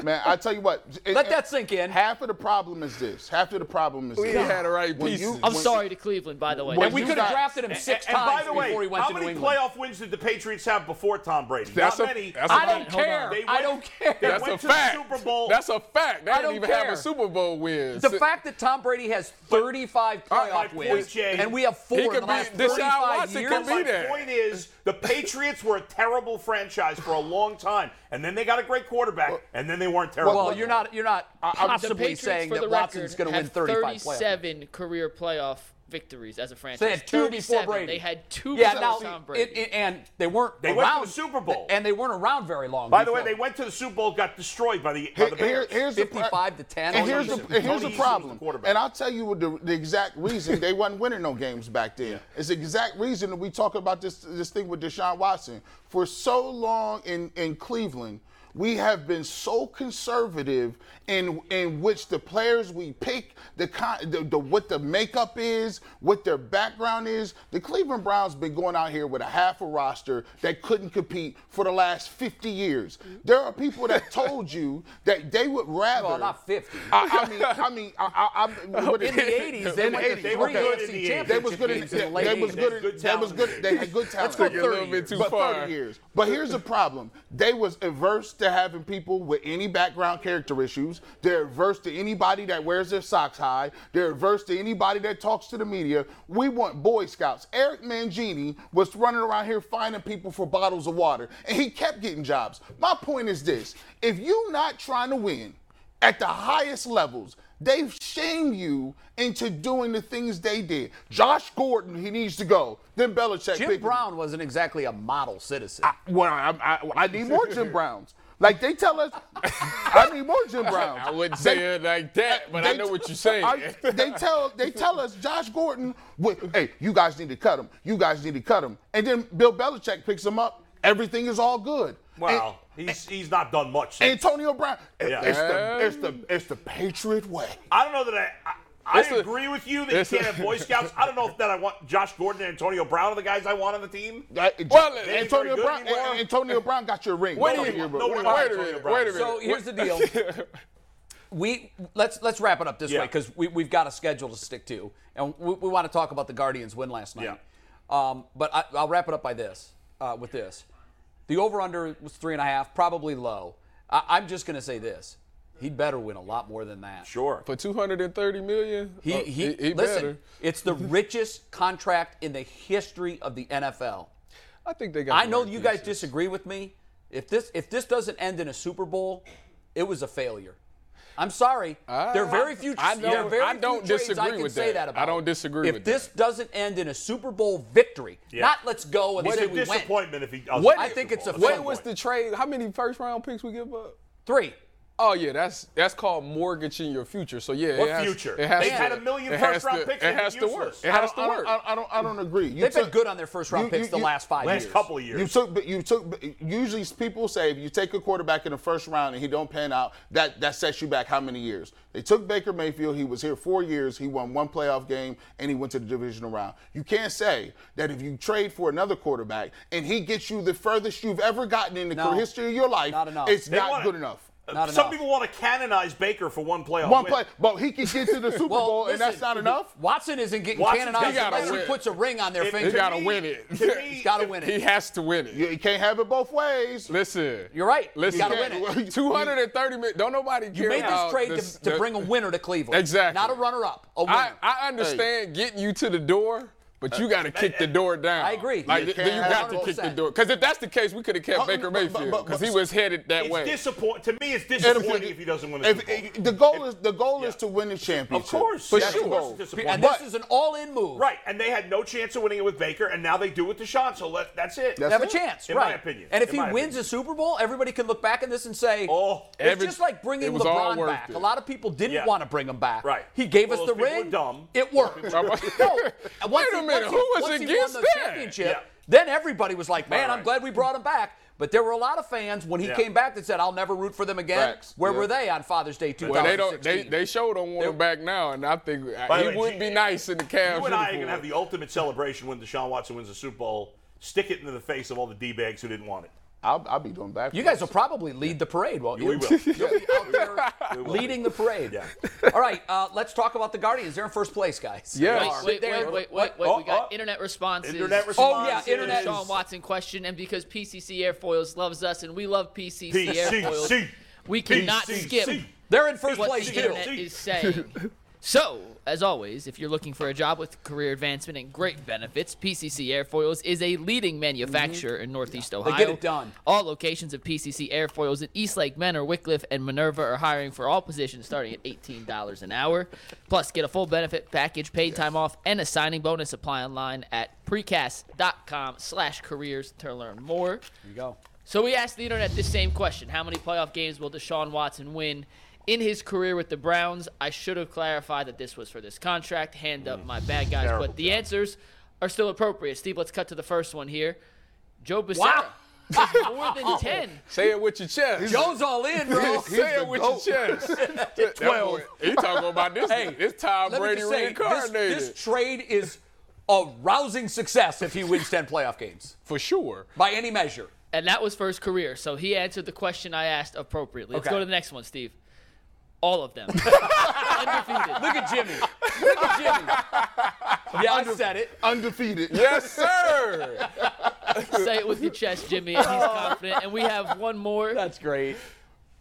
[SPEAKER 3] man, I tell you what. it-
[SPEAKER 1] Let
[SPEAKER 3] it-
[SPEAKER 1] that sink in.
[SPEAKER 3] Half of the problem is this. Half of the problem is
[SPEAKER 5] We
[SPEAKER 3] this.
[SPEAKER 5] had the right
[SPEAKER 3] When
[SPEAKER 5] pieces.
[SPEAKER 3] you-
[SPEAKER 4] I'm
[SPEAKER 3] when-
[SPEAKER 4] sorry to Cleveland, by the way.
[SPEAKER 3] When
[SPEAKER 1] And we
[SPEAKER 3] you
[SPEAKER 1] could have
[SPEAKER 3] got-
[SPEAKER 1] drafted him six
[SPEAKER 2] and, and
[SPEAKER 1] times
[SPEAKER 2] by the way,
[SPEAKER 1] before he went
[SPEAKER 2] how
[SPEAKER 1] to New
[SPEAKER 2] many
[SPEAKER 1] England.
[SPEAKER 2] playoff wins did the Patriots have before Tom Brady?
[SPEAKER 5] That's
[SPEAKER 2] Not
[SPEAKER 5] a-
[SPEAKER 2] many.
[SPEAKER 5] that's a-
[SPEAKER 1] I don't
[SPEAKER 4] Hold on.
[SPEAKER 1] care.
[SPEAKER 2] They
[SPEAKER 1] I
[SPEAKER 2] went-
[SPEAKER 1] don't care.
[SPEAKER 2] they
[SPEAKER 5] That's
[SPEAKER 2] went
[SPEAKER 5] a
[SPEAKER 2] to the
[SPEAKER 5] fact.
[SPEAKER 2] Super Bowl.
[SPEAKER 5] That's a fact. They
[SPEAKER 1] I
[SPEAKER 5] didn't
[SPEAKER 1] don't
[SPEAKER 5] even have
[SPEAKER 1] care.
[SPEAKER 5] a Super Bowl win.
[SPEAKER 1] The
[SPEAKER 5] Si-
[SPEAKER 1] fact that Tom Brady has 35
[SPEAKER 5] Alright,
[SPEAKER 2] my
[SPEAKER 1] playoff
[SPEAKER 2] point,
[SPEAKER 1] wins
[SPEAKER 2] Jay-
[SPEAKER 1] and we have four
[SPEAKER 5] He
[SPEAKER 1] in
[SPEAKER 5] could
[SPEAKER 1] the last
[SPEAKER 5] beat Deshaun
[SPEAKER 1] 35
[SPEAKER 5] Watson,
[SPEAKER 1] years.
[SPEAKER 5] could
[SPEAKER 2] My
[SPEAKER 5] beat that.
[SPEAKER 2] point is, the Patriots were a terrible franchise for a long time, and then they got a great quarterback, and then they weren't terrible.
[SPEAKER 1] Well,
[SPEAKER 2] anymore.
[SPEAKER 1] you're not you're not
[SPEAKER 4] the
[SPEAKER 1] possibly
[SPEAKER 4] Patriots,
[SPEAKER 1] saying
[SPEAKER 4] for
[SPEAKER 1] that
[SPEAKER 4] the
[SPEAKER 1] Watson's
[SPEAKER 4] record,
[SPEAKER 1] going to win
[SPEAKER 4] have
[SPEAKER 1] 35 playoff.
[SPEAKER 4] 37 career playoff victories as a franchise.
[SPEAKER 1] They had two before
[SPEAKER 4] 37.
[SPEAKER 1] Brady.
[SPEAKER 4] They had two
[SPEAKER 1] Yeah,
[SPEAKER 4] before
[SPEAKER 1] now
[SPEAKER 4] Tom Brady.
[SPEAKER 1] it, it, and they weren't
[SPEAKER 2] They
[SPEAKER 1] around
[SPEAKER 2] went to the Super Bowl.
[SPEAKER 1] and they weren't around very long.
[SPEAKER 2] By the way,
[SPEAKER 1] before.
[SPEAKER 2] they went to the Super Bowl, got destroyed by the, by
[SPEAKER 3] Here-
[SPEAKER 2] the
[SPEAKER 3] here-
[SPEAKER 2] Bears.
[SPEAKER 3] here's the pro-
[SPEAKER 1] 55 to 10.
[SPEAKER 3] And
[SPEAKER 1] Tony
[SPEAKER 3] here's the
[SPEAKER 1] Eason.
[SPEAKER 3] and
[SPEAKER 2] Tony
[SPEAKER 3] here's the
[SPEAKER 2] Eason was the
[SPEAKER 3] problem.
[SPEAKER 2] quarterback.
[SPEAKER 3] And I'll tell you what the, the exact reason they wasn't winning no games back then. It's the exact reason that we talk about this this thing with Deshaun Watson. For so long in in Cleveland, we have been so conservative in in which the players we pick, the con, the, the what the makeup is, what their background is. The Cleveland Browns been going out here with a half a roster that couldn't compete for the last 50 years. There are people that told you that they would rather
[SPEAKER 1] Mm-hmm. [LAUGHS] Well, not 50.
[SPEAKER 3] I, I mean, I mean, I, I, I'm
[SPEAKER 1] [LAUGHS]
[SPEAKER 3] what
[SPEAKER 1] in
[SPEAKER 3] is-
[SPEAKER 1] the 80s, they
[SPEAKER 3] In the
[SPEAKER 1] went to
[SPEAKER 3] 80s,
[SPEAKER 1] three
[SPEAKER 2] were good in
[SPEAKER 1] AFC
[SPEAKER 2] the 80s.
[SPEAKER 1] championship
[SPEAKER 3] They was good. In,
[SPEAKER 1] games in the
[SPEAKER 3] they,
[SPEAKER 1] late
[SPEAKER 3] was
[SPEAKER 1] 80s.
[SPEAKER 3] good. In,
[SPEAKER 2] Good
[SPEAKER 3] they was
[SPEAKER 2] talent.
[SPEAKER 3] good. They had good talent.
[SPEAKER 5] go 30 years.
[SPEAKER 3] but
[SPEAKER 5] far.
[SPEAKER 3] 30 years. But here's the problem. They was averse to having people with any background character issues. They're averse to anybody that wears their socks high. They're averse to anybody that talks to the media. We want Boy Scouts. Eric Mangini was running around here finding people for bottles of water, and he kept getting jobs. My point is this: if you're not trying to win at the highest levels. They've shamed you into doing the things they did. Josh Gordon, he needs to go. Then Belichick. picked
[SPEAKER 1] Jim
[SPEAKER 3] him.
[SPEAKER 1] Brown wasn't exactly a model citizen.
[SPEAKER 3] Well, I, I, I need more
[SPEAKER 2] [LAUGHS]
[SPEAKER 3] Jim Browns. Like they tell us, [LAUGHS] I need more Jim Browns.
[SPEAKER 5] I wouldn't say it like that, but I
[SPEAKER 3] They-
[SPEAKER 5] know what you're saying.
[SPEAKER 3] I- they tell they tell us Josh Gordon. wa- Hey, you guys need to cut him. You guys need to cut him. And then Bill Belichick picks him up. Everything is all good.
[SPEAKER 2] Wow, he's he's not done much.
[SPEAKER 3] And
[SPEAKER 2] Since.
[SPEAKER 3] Antonio Brown. it-
[SPEAKER 2] Yeah.
[SPEAKER 3] It's, the, it's the it's the Patriot way.
[SPEAKER 2] I don't know that I. I I
[SPEAKER 5] It's a-
[SPEAKER 2] agree with you that you
[SPEAKER 5] it's a-
[SPEAKER 2] can't have Boy Scouts. I don't
[SPEAKER 3] [LAUGHS]
[SPEAKER 2] know if that I want Josh Gordon and Antonio Brown are the guys I want on the team.
[SPEAKER 3] That-
[SPEAKER 5] Well, they ain't
[SPEAKER 2] very
[SPEAKER 3] Antonio
[SPEAKER 2] good
[SPEAKER 3] Brown.
[SPEAKER 2] anymore.
[SPEAKER 3] Antonio Brown got your ring.
[SPEAKER 5] Wait a
[SPEAKER 3] Come
[SPEAKER 5] minute.
[SPEAKER 3] here, bro.
[SPEAKER 2] No,
[SPEAKER 5] Wait a
[SPEAKER 2] Wait a
[SPEAKER 5] minute.
[SPEAKER 2] minute.
[SPEAKER 5] Wait a minute.
[SPEAKER 1] So here's the deal. [LAUGHS] we let's let's wrap it up this way
[SPEAKER 2] Yeah.
[SPEAKER 1] because we we've got a schedule to stick to, and we, we want to talk about the Guardians' win last night.
[SPEAKER 2] Yeah.
[SPEAKER 1] Um, but I, I'll wrap it up by this uh, with this. The over/under was three and a half, probably low. I, I'm just going to say this: he'd better win a lot more than that.
[SPEAKER 2] Sure.
[SPEAKER 5] For 230 million,
[SPEAKER 1] He,
[SPEAKER 5] oh,
[SPEAKER 1] he,
[SPEAKER 5] he
[SPEAKER 1] listen.
[SPEAKER 5] better.
[SPEAKER 1] It's
[SPEAKER 5] [LAUGHS]
[SPEAKER 1] the richest contract in the history of the NFL.
[SPEAKER 5] I think they got.
[SPEAKER 1] I
[SPEAKER 5] the
[SPEAKER 1] know
[SPEAKER 5] right
[SPEAKER 1] you guys
[SPEAKER 5] pieces.
[SPEAKER 1] disagree with me. If this if this doesn't end in a Super Bowl, it was a failure. I'm sorry. there are very few.
[SPEAKER 5] Ah, I
[SPEAKER 1] there are
[SPEAKER 5] don't-
[SPEAKER 1] very
[SPEAKER 5] I don't
[SPEAKER 1] few trades
[SPEAKER 5] disagree
[SPEAKER 1] I can
[SPEAKER 5] with
[SPEAKER 1] say
[SPEAKER 5] that.
[SPEAKER 1] that. about.
[SPEAKER 5] I don't disagree
[SPEAKER 1] If
[SPEAKER 5] with
[SPEAKER 1] this doesn't end in a Super Bowl victory, not let's go and
[SPEAKER 2] It's
[SPEAKER 1] say
[SPEAKER 2] a
[SPEAKER 1] we went
[SPEAKER 2] disappointment if he does.
[SPEAKER 5] What-
[SPEAKER 1] I think it's a
[SPEAKER 5] What
[SPEAKER 1] Some
[SPEAKER 5] was
[SPEAKER 1] point.
[SPEAKER 5] the trade? How many first round picks we give up?
[SPEAKER 1] three.
[SPEAKER 5] Oh yeah, that's that's called mortgaging your future. So yeah,
[SPEAKER 2] What
[SPEAKER 5] it has,
[SPEAKER 2] future?
[SPEAKER 5] It has
[SPEAKER 2] They
[SPEAKER 5] to,
[SPEAKER 2] had a million
[SPEAKER 5] it has
[SPEAKER 2] first-round
[SPEAKER 5] to-
[SPEAKER 2] picks
[SPEAKER 5] It
[SPEAKER 2] that
[SPEAKER 5] has
[SPEAKER 2] were
[SPEAKER 5] to work.
[SPEAKER 2] useless.
[SPEAKER 5] It has to
[SPEAKER 3] I don't,
[SPEAKER 5] work.
[SPEAKER 3] I don't, I don't, I don't agree. You
[SPEAKER 1] They've been
[SPEAKER 3] took-
[SPEAKER 1] good on their first round
[SPEAKER 3] you-
[SPEAKER 1] picks
[SPEAKER 3] you-
[SPEAKER 1] the
[SPEAKER 3] you-
[SPEAKER 1] last five
[SPEAKER 2] last
[SPEAKER 1] years.
[SPEAKER 2] couple of years.
[SPEAKER 3] You took, but you took. but Usually, people say if you take a quarterback in the first round and he don't pan out, that that sets you back how many years? They took Baker Mayfield. He was here four years. He won one playoff game and he went to the divisional round. You can't say that if you trade for another quarterback and he gets you the furthest you've ever gotten in the
[SPEAKER 1] No.
[SPEAKER 3] history of your life,
[SPEAKER 1] Not enough.
[SPEAKER 3] it's
[SPEAKER 2] They
[SPEAKER 3] not
[SPEAKER 2] wanna- Uh,
[SPEAKER 3] good enough.
[SPEAKER 1] Not
[SPEAKER 2] Some
[SPEAKER 1] enough.
[SPEAKER 2] people want to canonize Baker for one playoff.
[SPEAKER 3] One
[SPEAKER 2] win.
[SPEAKER 3] play, but he can get
[SPEAKER 1] [LAUGHS]
[SPEAKER 3] to the Super
[SPEAKER 1] Well,
[SPEAKER 3] Bowl, and
[SPEAKER 1] listen,
[SPEAKER 3] that's not enough.
[SPEAKER 1] Watson isn't getting
[SPEAKER 2] Watson's
[SPEAKER 1] canonized
[SPEAKER 5] gotta
[SPEAKER 1] unless he
[SPEAKER 5] win.
[SPEAKER 1] puts a ring on their
[SPEAKER 2] If-
[SPEAKER 1] finger.
[SPEAKER 2] to
[SPEAKER 5] gotta
[SPEAKER 2] me-
[SPEAKER 5] win it.
[SPEAKER 2] To me,
[SPEAKER 1] He's got to
[SPEAKER 2] if-
[SPEAKER 1] win
[SPEAKER 5] He
[SPEAKER 1] it.
[SPEAKER 5] has to win it.
[SPEAKER 3] You you can't have it both ways.
[SPEAKER 5] Listen,
[SPEAKER 1] You're right. You
[SPEAKER 5] Listen,
[SPEAKER 1] gotta win
[SPEAKER 5] [LAUGHS]
[SPEAKER 3] it.
[SPEAKER 5] 230 million. Don't nobody care.
[SPEAKER 1] You made this
[SPEAKER 5] how
[SPEAKER 1] trade to, to
[SPEAKER 5] the-
[SPEAKER 1] bring a winner to Cleveland.
[SPEAKER 5] Exactly.
[SPEAKER 1] Not a runner-up. A winner.
[SPEAKER 5] I, I understand getting you to the door, But you got to kick the door down.
[SPEAKER 1] I agree.
[SPEAKER 5] Like
[SPEAKER 3] You
[SPEAKER 5] you,
[SPEAKER 3] can't
[SPEAKER 5] you
[SPEAKER 3] have
[SPEAKER 5] got to
[SPEAKER 3] both
[SPEAKER 5] kick the
[SPEAKER 1] sides.
[SPEAKER 5] door. Because if that's the case, we could have kept
[SPEAKER 3] But-
[SPEAKER 5] Baker
[SPEAKER 3] but- but-
[SPEAKER 5] Mayfield
[SPEAKER 3] but-
[SPEAKER 5] because
[SPEAKER 3] but-
[SPEAKER 5] he was headed that
[SPEAKER 2] It's
[SPEAKER 5] way.
[SPEAKER 2] disappoint. To me, it's
[SPEAKER 3] And
[SPEAKER 2] disappointing if, he doesn't win the
[SPEAKER 3] if-
[SPEAKER 2] Super Bowl.
[SPEAKER 3] The goal is the goal is to win the
[SPEAKER 2] Of
[SPEAKER 3] championship.
[SPEAKER 2] course,
[SPEAKER 3] for
[SPEAKER 2] yeah, of
[SPEAKER 3] sure.
[SPEAKER 2] course it's disappointing.
[SPEAKER 1] And
[SPEAKER 3] But-
[SPEAKER 1] this is an all-in move.
[SPEAKER 2] Right, and they had no chance of winning it with Baker, and now they do with Deshaun. So let, that's it.
[SPEAKER 1] They
[SPEAKER 3] That's
[SPEAKER 1] have a
[SPEAKER 3] it.
[SPEAKER 1] chance,
[SPEAKER 2] In
[SPEAKER 1] right?
[SPEAKER 2] my opinion.
[SPEAKER 1] And if
[SPEAKER 2] In
[SPEAKER 1] he
[SPEAKER 2] my
[SPEAKER 1] wins
[SPEAKER 2] opinion.
[SPEAKER 1] a Super Bowl, everybody can look back at this and say,
[SPEAKER 2] Oh.
[SPEAKER 1] it's
[SPEAKER 5] Every-
[SPEAKER 1] just like bringing
[SPEAKER 5] it was all
[SPEAKER 1] LeBron
[SPEAKER 5] worth
[SPEAKER 1] back."
[SPEAKER 5] it.
[SPEAKER 1] A lot of people didn't
[SPEAKER 2] Yeah.
[SPEAKER 1] want to bring him back.
[SPEAKER 2] Right.
[SPEAKER 1] He gave
[SPEAKER 2] Well,
[SPEAKER 1] us
[SPEAKER 2] those
[SPEAKER 1] the
[SPEAKER 2] people were
[SPEAKER 1] ring.
[SPEAKER 2] dumb.
[SPEAKER 1] It worked. no.
[SPEAKER 5] were-
[SPEAKER 1] and once
[SPEAKER 5] Wait a
[SPEAKER 1] he-
[SPEAKER 5] minute,
[SPEAKER 1] once
[SPEAKER 5] who
[SPEAKER 1] he-
[SPEAKER 5] was
[SPEAKER 1] once he
[SPEAKER 5] against
[SPEAKER 1] won the
[SPEAKER 5] that?
[SPEAKER 1] Championship,
[SPEAKER 2] Yeah.
[SPEAKER 1] Then everybody was like, "Man,
[SPEAKER 2] Right,
[SPEAKER 1] I'm
[SPEAKER 2] right.
[SPEAKER 1] glad we brought him back." But there were a lot of fans when he
[SPEAKER 2] Yeah.
[SPEAKER 1] came back that said, "I'll never root for them again."
[SPEAKER 3] Facts.
[SPEAKER 1] Where
[SPEAKER 3] Yeah.
[SPEAKER 1] were they on Father's Day 2016?
[SPEAKER 5] Well, they don't. They they show don't want him back now, and I think
[SPEAKER 2] By the way,
[SPEAKER 5] it would be nice in the Cavs.
[SPEAKER 2] You and I are
[SPEAKER 5] uniform.
[SPEAKER 2] going to have the ultimate celebration when Deshaun Watson wins the Super Bowl. Stick it into the face of all the D bags who didn't want it.
[SPEAKER 3] I'll, I'll be doing back.
[SPEAKER 1] You guys will probably lead the parade, won't you? [LAUGHS]
[SPEAKER 2] We will.
[SPEAKER 1] You'll be out [LAUGHS] there
[SPEAKER 2] will.
[SPEAKER 1] leading the parade.
[SPEAKER 2] Yeah.
[SPEAKER 1] [LAUGHS] All right, uh, let's talk about the Guardians. They're in first place, guys.
[SPEAKER 5] Yes.
[SPEAKER 1] They
[SPEAKER 4] Wait,
[SPEAKER 1] are.
[SPEAKER 4] wait,
[SPEAKER 1] They
[SPEAKER 4] wait,
[SPEAKER 1] are-
[SPEAKER 4] wait, wait, wait.
[SPEAKER 2] Oh,
[SPEAKER 4] we got
[SPEAKER 2] oh.
[SPEAKER 4] internet responses.
[SPEAKER 2] Internet
[SPEAKER 1] Oh, yeah,
[SPEAKER 2] responses.
[SPEAKER 1] internet-
[SPEAKER 4] Sean Watson question, and because PCC Airfoils loves us and we love PCC Airfoils,
[SPEAKER 2] PCC.
[SPEAKER 4] we cannot
[SPEAKER 2] PCC.
[SPEAKER 4] skip
[SPEAKER 1] They're in first
[SPEAKER 4] what
[SPEAKER 1] place
[SPEAKER 4] the
[SPEAKER 1] too.
[SPEAKER 4] internet is saying. [LAUGHS] So, as always, if you're looking for a job with career advancement and great benefits, PCC Airfoils is a leading manufacturer in Northeast Ohio.
[SPEAKER 1] Mm-hmm. get it done.
[SPEAKER 4] All locations of PCC Airfoils in Eastlake, Menor, Wickliffe, and Minerva are hiring for all positions starting at $18 an hour. Plus, get a full benefit package, paid time off, and a signing bonus. Apply online at precast.com slash careers to learn more.
[SPEAKER 1] There you go.
[SPEAKER 4] So we asked the internet this same question: How many playoff games will Deshaun Watson win in his career with the Browns? I should have clarified that this was for this contract. Hand
[SPEAKER 1] Mm.
[SPEAKER 4] up, my bad guys.
[SPEAKER 2] Terrible
[SPEAKER 4] but the answers are still appropriate. Steve, let's cut to the first one here. Joe Becerra is more than ten.
[SPEAKER 5] say it with your chest.
[SPEAKER 1] Joe's all in, bro.
[SPEAKER 5] say it with your
[SPEAKER 1] [LAUGHS]
[SPEAKER 5] chest. That boy, he talking about this.
[SPEAKER 1] Hey,
[SPEAKER 5] this Tom
[SPEAKER 1] Let me
[SPEAKER 5] Brady
[SPEAKER 1] just say, this,
[SPEAKER 5] reincarnated
[SPEAKER 1] this trade is a rousing success if he wins 10 playoff games
[SPEAKER 5] for sure.
[SPEAKER 1] by any measure.
[SPEAKER 4] And that was for his career. So he answered the question I asked appropriately. Let's
[SPEAKER 1] Okay.
[SPEAKER 4] go to the next one, Steve.
[SPEAKER 1] [LAUGHS]
[SPEAKER 4] All of them. Undefeated.
[SPEAKER 1] Look at Jimmy. Look at Jimmy. [LAUGHS] Yeah, I said it.
[SPEAKER 2] [LAUGHS]
[SPEAKER 3] undefeated.
[SPEAKER 5] Yes, sir.
[SPEAKER 4] Say it with your chest, Jimmy. And
[SPEAKER 1] Oh.
[SPEAKER 4] he's confident. And we have one more.
[SPEAKER 1] That's great.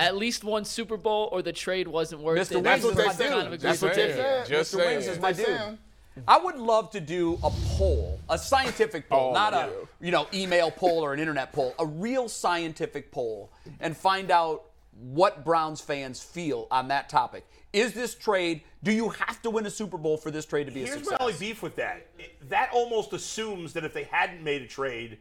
[SPEAKER 4] at least one Super Bowl or the trade wasn't worth
[SPEAKER 1] Mr.
[SPEAKER 4] it.
[SPEAKER 1] That's what
[SPEAKER 4] That's
[SPEAKER 1] they
[SPEAKER 4] kind
[SPEAKER 1] do.
[SPEAKER 4] of a
[SPEAKER 5] That's
[SPEAKER 4] good
[SPEAKER 5] what
[SPEAKER 4] thing.
[SPEAKER 5] they do. Just
[SPEAKER 1] Mr. Wings
[SPEAKER 5] saying.
[SPEAKER 1] is my dude.
[SPEAKER 3] Sam.
[SPEAKER 1] I would love to do a poll, a scientific poll,
[SPEAKER 5] Oh,
[SPEAKER 1] not a
[SPEAKER 5] yeah.
[SPEAKER 1] you know email poll or an internet poll, a real scientific poll, and find out what Browns fans feel on that topic. Is this trade? Do you have to win a Super Bowl for this trade to be a
[SPEAKER 2] Here's my
[SPEAKER 1] success?
[SPEAKER 2] only beef with that. It- that almost assumes that if they hadn't made a trade,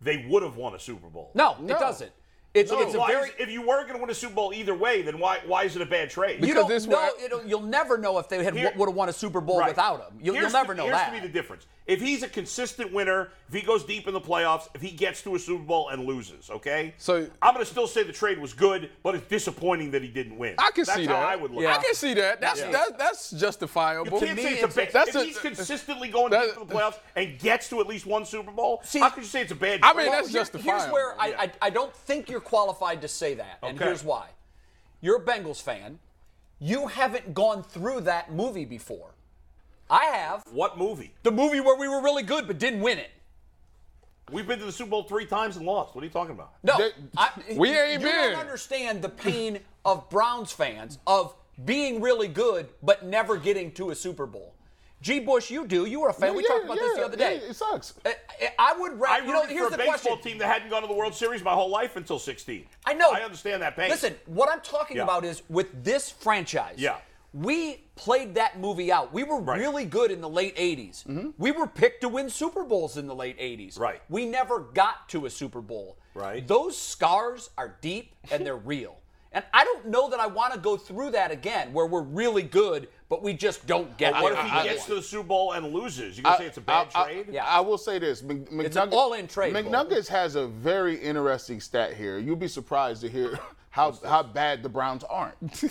[SPEAKER 2] they would have won a Super Bowl.
[SPEAKER 1] no, it doesn't. It's
[SPEAKER 2] So
[SPEAKER 1] it's a
[SPEAKER 2] why
[SPEAKER 1] very
[SPEAKER 2] is- if you were going to win a Super Bowl either way, then why why is it a bad trade?
[SPEAKER 1] you
[SPEAKER 5] Because
[SPEAKER 1] don't
[SPEAKER 5] this
[SPEAKER 1] know.
[SPEAKER 5] way-
[SPEAKER 1] it'll- you'll never know if they had
[SPEAKER 2] Here-
[SPEAKER 1] would have won a Super Bowl
[SPEAKER 2] Right.
[SPEAKER 1] without him. You'll, you'll
[SPEAKER 2] Here's
[SPEAKER 1] never
[SPEAKER 2] to-
[SPEAKER 1] know
[SPEAKER 2] here's
[SPEAKER 1] that.
[SPEAKER 2] to be the difference. If he's a consistent winner, if he goes deep in the playoffs, if he gets to a Super Bowl and loses, okay?
[SPEAKER 5] So-
[SPEAKER 2] I'm going to still say the trade was good, but it's disappointing that he didn't win.
[SPEAKER 5] I can
[SPEAKER 2] That's
[SPEAKER 5] see
[SPEAKER 2] how
[SPEAKER 5] that.
[SPEAKER 2] I would look.
[SPEAKER 1] Yeah.
[SPEAKER 2] at
[SPEAKER 5] I can see that. That's
[SPEAKER 1] Yeah.
[SPEAKER 5] that, that's
[SPEAKER 2] it.
[SPEAKER 5] justifiable.
[SPEAKER 2] You can't
[SPEAKER 1] me,
[SPEAKER 2] say it's a
[SPEAKER 1] it's-
[SPEAKER 2] bad.
[SPEAKER 5] that's
[SPEAKER 2] If
[SPEAKER 5] a-
[SPEAKER 2] he's consistently going
[SPEAKER 5] that-
[SPEAKER 2] deep in the playoffs and gets to at least one Super Bowl,
[SPEAKER 1] See-
[SPEAKER 2] how could you say it's a bad?
[SPEAKER 5] I
[SPEAKER 2] trade?
[SPEAKER 5] mean, that's
[SPEAKER 1] Here- Here's
[SPEAKER 5] justifiable,
[SPEAKER 1] where I,
[SPEAKER 2] yeah.
[SPEAKER 1] I, I don't think you're qualified to say that, and
[SPEAKER 2] Okay.
[SPEAKER 1] here's why. You're a Bengals fan. You haven't gone through that movie before. I have.
[SPEAKER 2] what movie?
[SPEAKER 1] The movie where we were really good but didn't win it.
[SPEAKER 2] We've been to the Super Bowl three times and lost. What are you talking about?
[SPEAKER 1] No,
[SPEAKER 3] That-
[SPEAKER 1] I,
[SPEAKER 5] We ain't
[SPEAKER 1] you
[SPEAKER 5] been.
[SPEAKER 1] don't understand the pain of Browns fans of being really good but never getting to a Super Bowl. G. Bush, you do. You were a fan. we
[SPEAKER 3] Yeah,
[SPEAKER 1] talked about this the
[SPEAKER 3] yeah,
[SPEAKER 1] other day.
[SPEAKER 3] yeah, it sucks.
[SPEAKER 1] I, I I would
[SPEAKER 2] I
[SPEAKER 1] rather. You know,
[SPEAKER 2] rooted
[SPEAKER 1] here's
[SPEAKER 2] for
[SPEAKER 1] the
[SPEAKER 2] a baseball
[SPEAKER 1] question.
[SPEAKER 2] team that hadn't gone to the World Series my whole life until 16.
[SPEAKER 1] I know.
[SPEAKER 2] I understand that pain.
[SPEAKER 1] Listen, what I'm talking
[SPEAKER 2] Yeah.
[SPEAKER 1] about is with this franchise.
[SPEAKER 2] Yeah.
[SPEAKER 1] We played that movie out. We were
[SPEAKER 2] Right. Mm-hmm.
[SPEAKER 1] really good in the late 80s. We were picked to win Super Bowls in the late 80s.
[SPEAKER 2] Right.
[SPEAKER 1] We never got to a Super Bowl.
[SPEAKER 2] Right.
[SPEAKER 1] Those scars are deep and they're [LAUGHS] real. And I don't know that I want to go through that again where we're really good, but we just don't get
[SPEAKER 2] What if
[SPEAKER 1] there.
[SPEAKER 2] he gets to the Super Bowl and loses? You gonna say it's a bad
[SPEAKER 3] I, I-
[SPEAKER 2] trade?
[SPEAKER 1] Yeah.
[SPEAKER 3] I will say this. Mc- McNugget,
[SPEAKER 1] It's an all-in trade, Bull.
[SPEAKER 3] McNuggets has a very interesting stat here. You'll be surprised to hear [LAUGHS] how how bad the Browns aren't. [LAUGHS]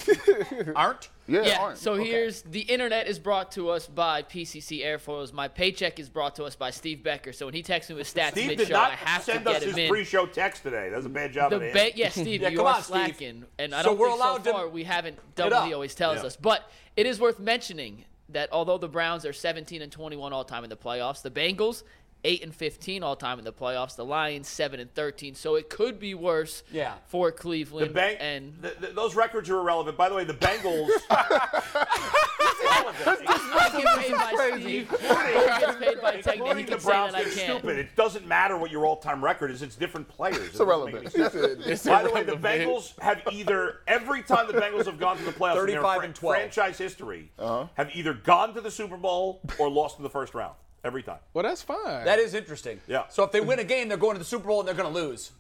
[SPEAKER 1] Aren't?
[SPEAKER 3] Yeah,
[SPEAKER 4] Yeah.
[SPEAKER 3] aren't.
[SPEAKER 4] So
[SPEAKER 3] Okay.
[SPEAKER 4] here's the internet is brought to us by PCC Airfoils. My paycheck is brought to us by Steve Becker. So when he texts me with stats
[SPEAKER 2] Steve
[SPEAKER 4] mid
[SPEAKER 2] did
[SPEAKER 4] show, I
[SPEAKER 2] not
[SPEAKER 4] have to
[SPEAKER 2] send
[SPEAKER 4] get
[SPEAKER 2] us
[SPEAKER 4] him
[SPEAKER 2] his
[SPEAKER 4] in.
[SPEAKER 2] pre-show text today. That's a bad job.
[SPEAKER 4] the
[SPEAKER 2] of
[SPEAKER 4] bet, yeah, Steve,
[SPEAKER 1] [LAUGHS] Yeah,
[SPEAKER 4] you
[SPEAKER 1] come
[SPEAKER 4] are
[SPEAKER 1] on, Steve.
[SPEAKER 4] slacking, and I
[SPEAKER 1] So
[SPEAKER 4] don't
[SPEAKER 1] we're
[SPEAKER 4] think
[SPEAKER 1] allowed
[SPEAKER 4] so
[SPEAKER 1] to
[SPEAKER 4] far we haven't
[SPEAKER 1] it
[SPEAKER 4] done what
[SPEAKER 1] up.
[SPEAKER 4] he always tells
[SPEAKER 2] Yeah.
[SPEAKER 4] us. But it is worth mentioning that although the Browns are 17 and 21 all time in the playoffs, the Bengals 8 and 15 all time in the playoffs, the Lions 7 and 13, so it could be worse
[SPEAKER 1] Yeah.
[SPEAKER 4] for
[SPEAKER 2] The
[SPEAKER 4] Cleveland
[SPEAKER 2] bank,
[SPEAKER 4] [LAUGHS] and [LAUGHS]
[SPEAKER 2] [LAUGHS] th- th- those records are irrelevant. By the way, the Bengals. all of them,
[SPEAKER 4] I get paid
[SPEAKER 1] [LAUGHS]
[SPEAKER 2] [LAUGHS]
[SPEAKER 4] by Steve. [LAUGHS] I get paid by Tech. He
[SPEAKER 2] including the
[SPEAKER 4] can say that
[SPEAKER 2] Browns.
[SPEAKER 4] I
[SPEAKER 2] They're
[SPEAKER 4] can't.
[SPEAKER 2] stupid. It doesn't matter what your all-time record is. It's different players. It's
[SPEAKER 3] irrelevant.
[SPEAKER 5] It's
[SPEAKER 2] By the way, the
[SPEAKER 5] irrelevant.
[SPEAKER 2] Bengals have either every time the Bengals have gone to the playoffs in their
[SPEAKER 1] 35 and 12.
[SPEAKER 2] franchise history have either gone to the Super Bowl or lost in the first round every time
[SPEAKER 5] Well, that's fine.
[SPEAKER 1] That is interesting.
[SPEAKER 2] Yeah.
[SPEAKER 1] So if they win a game, they're going to the Super Bowl and they're going to lose.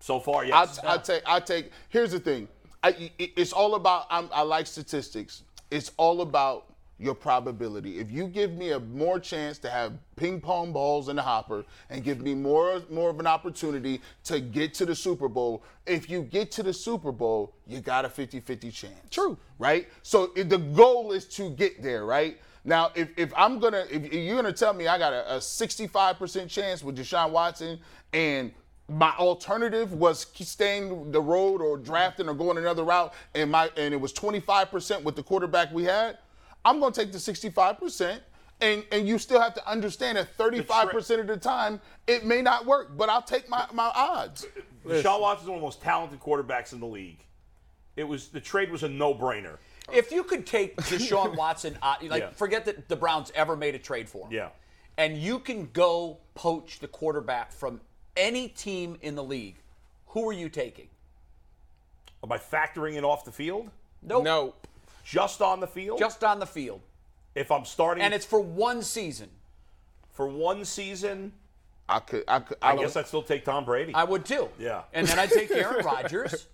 [SPEAKER 2] so far.
[SPEAKER 3] I,
[SPEAKER 2] Yes,
[SPEAKER 3] I take. I take. Here's the thing. I, it- it's all about. I'm, I like statistics. It's all about your probability. If you give me a more chance to have ping pong balls in the hopper and give me more more of an opportunity to get to the Super Bowl, if you get to the Super Bowl, you got a 50-50 chance. True. Right? So it, the goal is to get there, right? Now, if, if I'm gonna if you're gonna tell me I got a, a 65% chance with Deshaun Watson and my alternative was k- staying the road or drafting or going another route, and my and it was 25% with the quarterback we had. I'm gonna take the 65%, and and you still have to understand that 35% of the time it may not work, but I'll take my, my odds.
[SPEAKER 2] Deshaun Watson is one of the most talented quarterbacks in the league. It was the trade was a no-brainer.
[SPEAKER 1] If you could
[SPEAKER 2] [LAUGHS]
[SPEAKER 1] take Deshaun Watson, out, like
[SPEAKER 2] Yeah.
[SPEAKER 1] forget that the Browns ever made a trade for him.
[SPEAKER 2] Yeah.
[SPEAKER 1] And you can go poach the quarterback from any team in the league. Who are you taking?
[SPEAKER 2] Am I factoring it off the field?
[SPEAKER 1] Nope.
[SPEAKER 5] no.
[SPEAKER 2] Just on the field?
[SPEAKER 1] Just on the field.
[SPEAKER 2] if I'm starting
[SPEAKER 1] And it's for one season.
[SPEAKER 2] for one season,
[SPEAKER 3] I could I could
[SPEAKER 2] I,
[SPEAKER 3] don't-
[SPEAKER 2] guess I'd still take Tom Brady.
[SPEAKER 1] I would too.
[SPEAKER 2] Yeah.
[SPEAKER 1] And then I'd take Aaron Rodgers.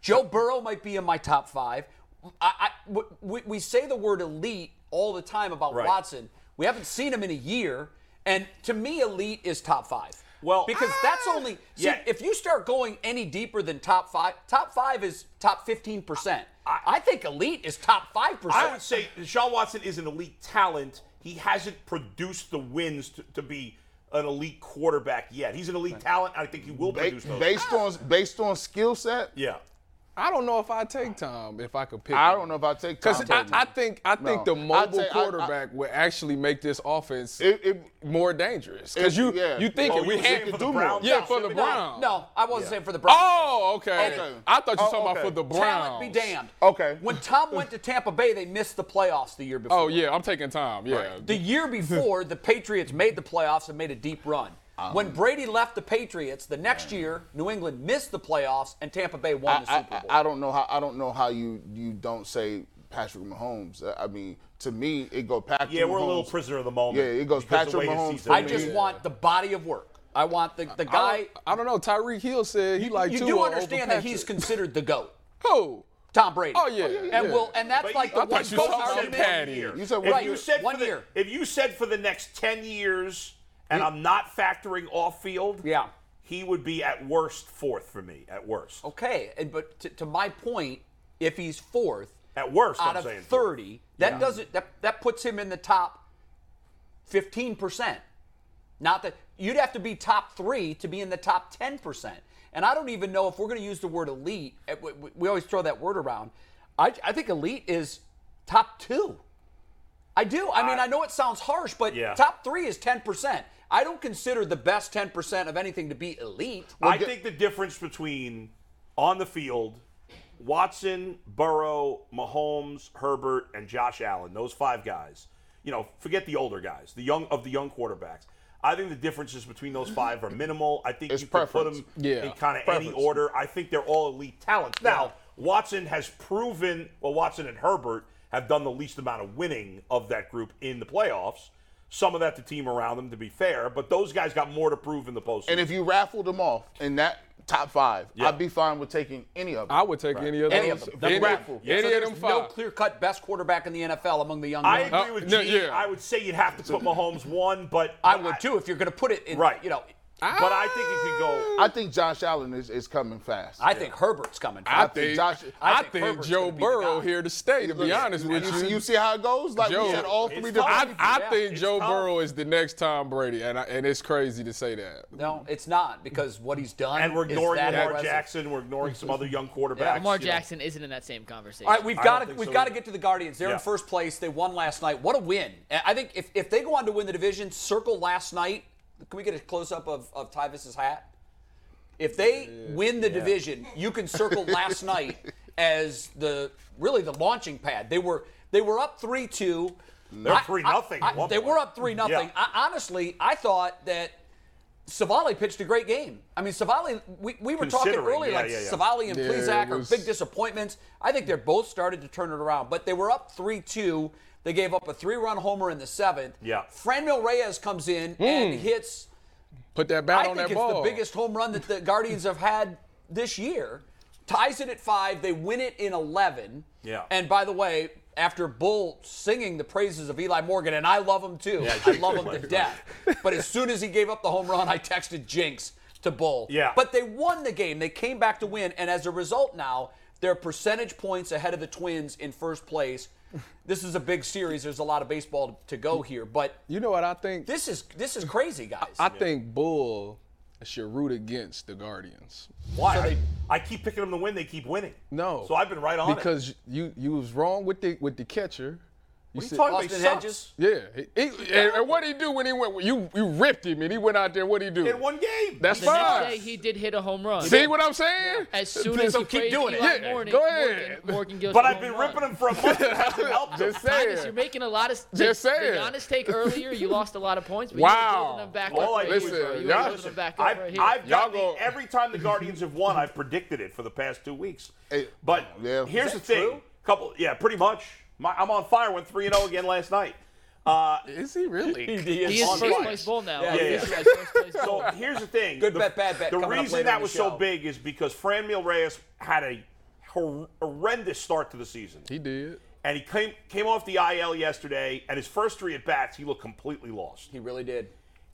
[SPEAKER 1] Joe Burrow might be in my top five. I, I- w- we, we say the word elite all the time about
[SPEAKER 2] Right.
[SPEAKER 1] Watson. We haven't seen him in a year, and to me, elite is top five.
[SPEAKER 2] Well-
[SPEAKER 1] because that's only see,
[SPEAKER 2] Yeah.
[SPEAKER 1] if you start going any deeper than top five. Top five is top fifteen percent. I, think elite is top five
[SPEAKER 2] I would
[SPEAKER 1] percent.
[SPEAKER 2] say Deshaun Watson is an elite talent. He hasn't produced the wins to, to be an elite quarterback yet. He's an elite talent. I think he will
[SPEAKER 3] ba-
[SPEAKER 2] produce those.
[SPEAKER 3] based on based on skill set.
[SPEAKER 2] yeah.
[SPEAKER 5] I don't know if I take Tom if I could pick.
[SPEAKER 3] I
[SPEAKER 5] him.
[SPEAKER 3] don't know if I take Tom
[SPEAKER 5] Because I,
[SPEAKER 3] Brady.
[SPEAKER 5] I think I think
[SPEAKER 3] No.
[SPEAKER 5] the mobile
[SPEAKER 3] I'd say- I- I-
[SPEAKER 5] quarterback would actually make this offense
[SPEAKER 3] It- it-
[SPEAKER 5] more dangerous. Because
[SPEAKER 3] It-
[SPEAKER 5] you
[SPEAKER 3] yeah.
[SPEAKER 5] you think
[SPEAKER 2] Oh,
[SPEAKER 5] we
[SPEAKER 2] you were saying
[SPEAKER 5] had
[SPEAKER 2] for
[SPEAKER 5] to
[SPEAKER 2] the
[SPEAKER 5] do more.
[SPEAKER 2] Browns?
[SPEAKER 5] Yeah, for the
[SPEAKER 2] No,
[SPEAKER 5] Browns.
[SPEAKER 1] No, I wasn't saying for the Browns.
[SPEAKER 5] Oh, okay.
[SPEAKER 3] Okay.
[SPEAKER 5] I thought you were
[SPEAKER 3] Oh,
[SPEAKER 5] talking about
[SPEAKER 3] okay.
[SPEAKER 5] for the Browns.
[SPEAKER 1] Talent be damned.
[SPEAKER 3] Okay.
[SPEAKER 1] When Tom went to Tampa Bay, they missed the playoffs the year before.
[SPEAKER 5] Oh yeah, I'm taking Tom. Yeah.
[SPEAKER 1] The year before, the Patriots made the playoffs and made a deep run.
[SPEAKER 3] Um,
[SPEAKER 1] when Brady left the Patriots, the next year, New England missed the playoffs and Tampa Bay won the
[SPEAKER 3] I,
[SPEAKER 1] Super
[SPEAKER 3] I,
[SPEAKER 1] Bowl.
[SPEAKER 3] I don't know how I don't know how you you don't say Patrick Mahomes. I- I mean, to me, it goes Patrick.
[SPEAKER 2] Yeah, we're a little
[SPEAKER 3] Mahomes.
[SPEAKER 2] prisoner of the moment.
[SPEAKER 3] Yeah, it goes
[SPEAKER 2] because of the
[SPEAKER 3] Patrick
[SPEAKER 2] way his
[SPEAKER 3] Mahomes
[SPEAKER 2] season
[SPEAKER 3] for
[SPEAKER 1] I
[SPEAKER 2] is.
[SPEAKER 1] just
[SPEAKER 3] me.
[SPEAKER 1] want the body of work. I want the, the
[SPEAKER 5] I
[SPEAKER 1] guy.
[SPEAKER 5] don't, I don't know. Tyreek Hill said he like
[SPEAKER 1] you
[SPEAKER 5] two
[SPEAKER 1] do
[SPEAKER 5] over
[SPEAKER 1] understand that he's
[SPEAKER 5] Patrick.
[SPEAKER 1] considered the GOAT,
[SPEAKER 5] Who?
[SPEAKER 1] Tom Brady.
[SPEAKER 5] Oh, yeah, yeah,
[SPEAKER 1] And,
[SPEAKER 5] yeah.
[SPEAKER 1] Will, and that's
[SPEAKER 2] But
[SPEAKER 1] like
[SPEAKER 2] you-
[SPEAKER 1] the
[SPEAKER 2] I
[SPEAKER 1] one
[SPEAKER 5] thought you
[SPEAKER 1] GOAT
[SPEAKER 5] talking
[SPEAKER 1] argument.
[SPEAKER 5] about Patty.
[SPEAKER 3] You said
[SPEAKER 2] if
[SPEAKER 3] right.
[SPEAKER 2] you said
[SPEAKER 1] one
[SPEAKER 2] for the,
[SPEAKER 1] year.
[SPEAKER 2] If you said for the next ten years, and I'm not factoring off field,
[SPEAKER 1] Yeah.
[SPEAKER 2] he would be at worst fourth for me. At worst.
[SPEAKER 1] Okay, and but to, to my point, if he's fourth
[SPEAKER 2] At worst,
[SPEAKER 1] out
[SPEAKER 2] I'm
[SPEAKER 1] of
[SPEAKER 2] saying fourth.
[SPEAKER 1] thirty, that doesn't that that puts him in the top fifteen percent. Not that you'd have to be top three to be in the top ten percent. And I don't even know if we're going to use the word elite. eh, we- we- We always throw that word around. I, I think elite is top two. I do. I mean, I, know it sounds harsh, but
[SPEAKER 2] Yeah.
[SPEAKER 1] top three is ten percent. I don't consider the best ten percent of anything to be elite.
[SPEAKER 2] I think the difference between on the field, Watson, Burrow, Mahomes, Herbert, and Josh Allen, those five guys. You know, forget the older guys, the young of the young quarterbacks. I think the differences between those five are minimal. I think
[SPEAKER 3] It's
[SPEAKER 2] you could
[SPEAKER 3] preference.
[SPEAKER 2] put them
[SPEAKER 5] Yeah.
[SPEAKER 2] in kind of any order. I think they're all elite talents. Now, Watson has proven, well, Watson and Herbert have done the least amount of winning of that group in the playoffs. Some of that the team around them, to be fair, but those guys got more to prove in the postseason.
[SPEAKER 3] And if you raffled them off in that top five, I'd be fine with taking any of them.
[SPEAKER 5] I would take any of those.
[SPEAKER 1] Any of them. The
[SPEAKER 5] Any,
[SPEAKER 3] raffle.
[SPEAKER 5] any
[SPEAKER 1] So
[SPEAKER 5] of
[SPEAKER 1] there's
[SPEAKER 5] them five.
[SPEAKER 1] no clear-cut best quarterback in the NFL among the young
[SPEAKER 2] I
[SPEAKER 1] men.
[SPEAKER 2] agree
[SPEAKER 5] Uh,
[SPEAKER 2] with
[SPEAKER 5] no,
[SPEAKER 2] Gene.
[SPEAKER 5] yeah.
[SPEAKER 2] I would say you'd have to put Mahomes one, but
[SPEAKER 1] I would too if you're going to put it in.
[SPEAKER 2] Right.
[SPEAKER 1] You know,
[SPEAKER 2] But I think it could go.
[SPEAKER 3] I think Josh Allen is, is coming fast.
[SPEAKER 1] I think Herbert's coming.
[SPEAKER 5] I
[SPEAKER 1] first.
[SPEAKER 5] think
[SPEAKER 3] Josh-
[SPEAKER 5] I,
[SPEAKER 1] I think
[SPEAKER 5] think,
[SPEAKER 1] Herbert's
[SPEAKER 5] Joe
[SPEAKER 1] gonna be the
[SPEAKER 5] Burrow
[SPEAKER 1] guy.
[SPEAKER 5] here to stay. To be
[SPEAKER 3] Look,
[SPEAKER 5] honest with
[SPEAKER 3] you,
[SPEAKER 5] you,
[SPEAKER 3] see, you see how it goes? Like
[SPEAKER 5] Joe-
[SPEAKER 3] we said, all three
[SPEAKER 2] It's
[SPEAKER 3] different.
[SPEAKER 5] I, I
[SPEAKER 1] Yeah,
[SPEAKER 5] think
[SPEAKER 1] it's
[SPEAKER 5] Joe
[SPEAKER 2] tough.
[SPEAKER 5] Burrow is the next Tom Brady, and I, and it's crazy to say that.
[SPEAKER 1] No, it's not because what he's done.
[SPEAKER 2] And we're
[SPEAKER 1] is
[SPEAKER 2] ignoring
[SPEAKER 1] that
[SPEAKER 2] Lamar
[SPEAKER 1] impressive.
[SPEAKER 2] Jackson. We're ignoring some other young quarterbacks.
[SPEAKER 4] Lamar
[SPEAKER 2] you know.
[SPEAKER 4] Jackson isn't in that same conversation.
[SPEAKER 1] All right, we've
[SPEAKER 2] I
[SPEAKER 1] got
[SPEAKER 2] don't
[SPEAKER 1] to
[SPEAKER 2] think
[SPEAKER 1] we've
[SPEAKER 2] so
[SPEAKER 1] got to
[SPEAKER 2] either.
[SPEAKER 1] get to the Guardians. They're
[SPEAKER 2] Yeah.
[SPEAKER 1] in first place. They won last night. What a win! And I think if, if they go on to win the division, circle last night. Can we get a close up of of
[SPEAKER 2] [LAUGHS]
[SPEAKER 1] Tyvis's hat? If they win the division, you can circle last night as the really the launching pad. They were they were up three two.
[SPEAKER 2] They're 3-0 at one
[SPEAKER 1] They
[SPEAKER 2] point.
[SPEAKER 1] were up three nothing.
[SPEAKER 2] Yeah.
[SPEAKER 1] I, honestly, I thought that Savali pitched a great game. I mean, Savali. We, we were talking
[SPEAKER 2] Considering,
[SPEAKER 1] earlier
[SPEAKER 2] yeah,
[SPEAKER 1] like
[SPEAKER 2] yeah, yeah.
[SPEAKER 1] Savali and
[SPEAKER 3] Yeah,
[SPEAKER 1] Plezak
[SPEAKER 3] it
[SPEAKER 1] are
[SPEAKER 3] was-
[SPEAKER 1] big disappointments. I think they're both started to turn it around, but they were up three two. They gave up a three-run homer in the seventh.
[SPEAKER 2] Yeah.
[SPEAKER 1] Franmil Reyes comes in and hits
[SPEAKER 5] Put that bat
[SPEAKER 1] I
[SPEAKER 5] on
[SPEAKER 1] think
[SPEAKER 5] that
[SPEAKER 1] it's
[SPEAKER 5] ball.
[SPEAKER 1] the biggest home run that the Guardians have had this year. Ties it at five. They win it in 11.
[SPEAKER 2] Yeah.
[SPEAKER 1] And by the way, after Bull singing the praises of Eli Morgan, and I love him too. I love him to death. But as soon as he gave up the home run, I texted Jinx to Bull.
[SPEAKER 2] Yeah.
[SPEAKER 1] But they won the game. They came back to win. And as a result, now they're percentage points ahead of the Twins in first place. This is a big series. There's a lot of baseball to go here. But
[SPEAKER 5] you know what I think?
[SPEAKER 1] this is this is crazy, guys.
[SPEAKER 5] I think Bull should root against the Guardians.
[SPEAKER 2] Why? I, I keep picking them to win. They keep winning.
[SPEAKER 5] No.
[SPEAKER 2] So I've been right on it.
[SPEAKER 5] because you you was wrong with the with the catcher. You
[SPEAKER 2] What are you
[SPEAKER 5] said-
[SPEAKER 2] talking about? He
[SPEAKER 1] Austin Hedges.
[SPEAKER 2] sucks.
[SPEAKER 5] Yeah. He- he- and, and what he do when he went? You you ripped him and he went out there. What he do?
[SPEAKER 2] In one game.
[SPEAKER 5] That's
[SPEAKER 2] He
[SPEAKER 4] The
[SPEAKER 5] fine.
[SPEAKER 4] next day, he did hit a home run.
[SPEAKER 5] See what I'm saying?
[SPEAKER 4] As soon as
[SPEAKER 5] So
[SPEAKER 4] he
[SPEAKER 5] keep
[SPEAKER 4] praised
[SPEAKER 5] doing
[SPEAKER 4] Eli
[SPEAKER 5] it. Yeah,
[SPEAKER 4] Morgan,
[SPEAKER 5] go ahead.
[SPEAKER 4] Morgan, Morgan Gill's
[SPEAKER 2] But I've
[SPEAKER 4] home
[SPEAKER 2] been
[SPEAKER 4] run.
[SPEAKER 2] ripping him for a month. It hasn't helped him.
[SPEAKER 5] [LAUGHS] Just
[SPEAKER 4] Minus, you're
[SPEAKER 5] saying.
[SPEAKER 4] making a lot of
[SPEAKER 5] Just
[SPEAKER 4] the- The
[SPEAKER 5] saying.
[SPEAKER 4] Giannis take earlier, you lost a lot of points. But
[SPEAKER 5] Wow.
[SPEAKER 4] You were building them back
[SPEAKER 2] All I
[SPEAKER 4] up
[SPEAKER 2] do
[SPEAKER 4] right
[SPEAKER 2] is-
[SPEAKER 4] here. you
[SPEAKER 5] Listen,
[SPEAKER 4] were
[SPEAKER 5] y'all-
[SPEAKER 4] building them back up
[SPEAKER 2] I've,
[SPEAKER 4] right here.
[SPEAKER 2] I've
[SPEAKER 5] Y'all
[SPEAKER 2] gotten
[SPEAKER 5] go-
[SPEAKER 2] the- every time the Guardians have won, I've predicted it for the past two weeks.
[SPEAKER 3] Hey,
[SPEAKER 2] But
[SPEAKER 3] yeah.
[SPEAKER 2] here's
[SPEAKER 3] Is
[SPEAKER 2] the
[SPEAKER 3] that
[SPEAKER 2] thing:
[SPEAKER 3] true?
[SPEAKER 2] couple, yeah, pretty much. My, I'm on fire. Went three and zero again last night. Uh,
[SPEAKER 5] Is he really?
[SPEAKER 4] he is
[SPEAKER 2] on
[SPEAKER 4] first
[SPEAKER 2] twice.
[SPEAKER 4] place bull now.
[SPEAKER 1] Yeah,
[SPEAKER 4] He
[SPEAKER 2] yeah,
[SPEAKER 4] is
[SPEAKER 2] yeah.
[SPEAKER 4] like first
[SPEAKER 1] [LAUGHS]
[SPEAKER 4] place bull.
[SPEAKER 2] so here's the thing:
[SPEAKER 1] Good
[SPEAKER 2] the,
[SPEAKER 1] bet, bad bet
[SPEAKER 2] The
[SPEAKER 1] coming up
[SPEAKER 2] reason
[SPEAKER 1] later
[SPEAKER 2] that
[SPEAKER 1] in the
[SPEAKER 2] was
[SPEAKER 1] show.
[SPEAKER 2] so big is because Franmil Reyes had a hor- horrendous start to the season.
[SPEAKER 5] He did.
[SPEAKER 2] and he came came off the IL yesterday. And his first three at bats, he looked completely lost.
[SPEAKER 1] He really did.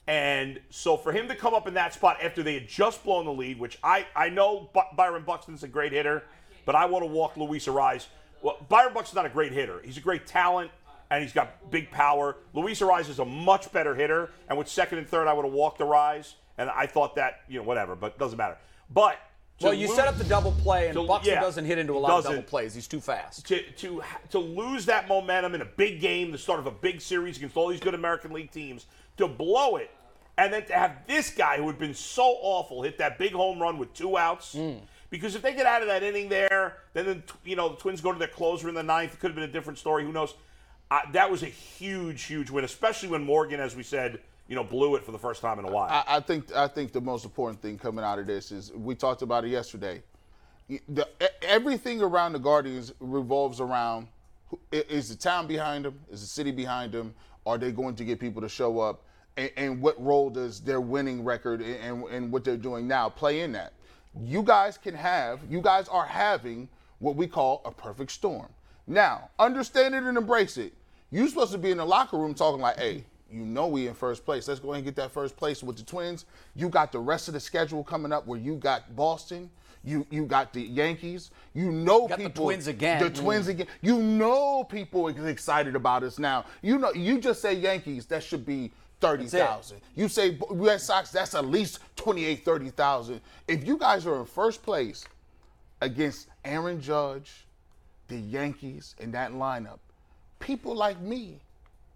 [SPEAKER 2] And so for him to come up in that spot after they had just blown the lead, which I I know Bu- Byron Buxton's a great hitter, but I want to walk Luis Arise. Well, Byron Buxton's not a great hitter. He's a great talent and he's got big power. Luis Arise is a much better hitter. And with second and third, I would have walked Arise. And I thought that you know whatever, but doesn't matter. But to
[SPEAKER 1] Well, you
[SPEAKER 2] lose-
[SPEAKER 1] set up the double play, and
[SPEAKER 2] So,
[SPEAKER 1] Buxton
[SPEAKER 2] yeah,
[SPEAKER 1] doesn't hit into a
[SPEAKER 2] he
[SPEAKER 1] lot of double
[SPEAKER 2] doesn't.
[SPEAKER 1] plays. He's too [LAUGHS] fast.
[SPEAKER 2] to to to lose that momentum in a big game, the start of a big series against all these good American League teams, to blow it, and then to have this guy who had been so awful hit that big home run with two outs. Because if they get out of that inning there, then the, tw- you know the Twins go to their closer in the ninth. It could have been a different story. Who knows? Uh, that was a huge, huge win, especially when Morgan, as we said, you know, blew it for the first time in a while.
[SPEAKER 3] I, I think I think the most important thing coming out of this is we talked about it yesterday. You- The, e- everything around the Guardians revolves around who- i- is the town behind them, is the city behind them, are they going to get people to show up, and, and what role does their winning record and, and, and what they're doing now play in that? You guys can have, you guys are having what we call a perfect storm. Now, understand it and embrace it. You supposed to be in the locker room talking like, hey, you know we in first place. Let's go ahead and get that first place with the Twins. You got the rest of the schedule coming up where you got Boston, you you got the Yankees. You know
[SPEAKER 1] got the
[SPEAKER 3] people
[SPEAKER 1] Twins again.
[SPEAKER 3] The
[SPEAKER 1] Mm.
[SPEAKER 3] Twins again. You know people is excited about us now. You know you just say Yankees, that should be 30,000. You say Bo- Red Sox, that's at least 28, 30,000. If you guys are in first place against Aaron Judge, the Yankees in that lineup, people like me,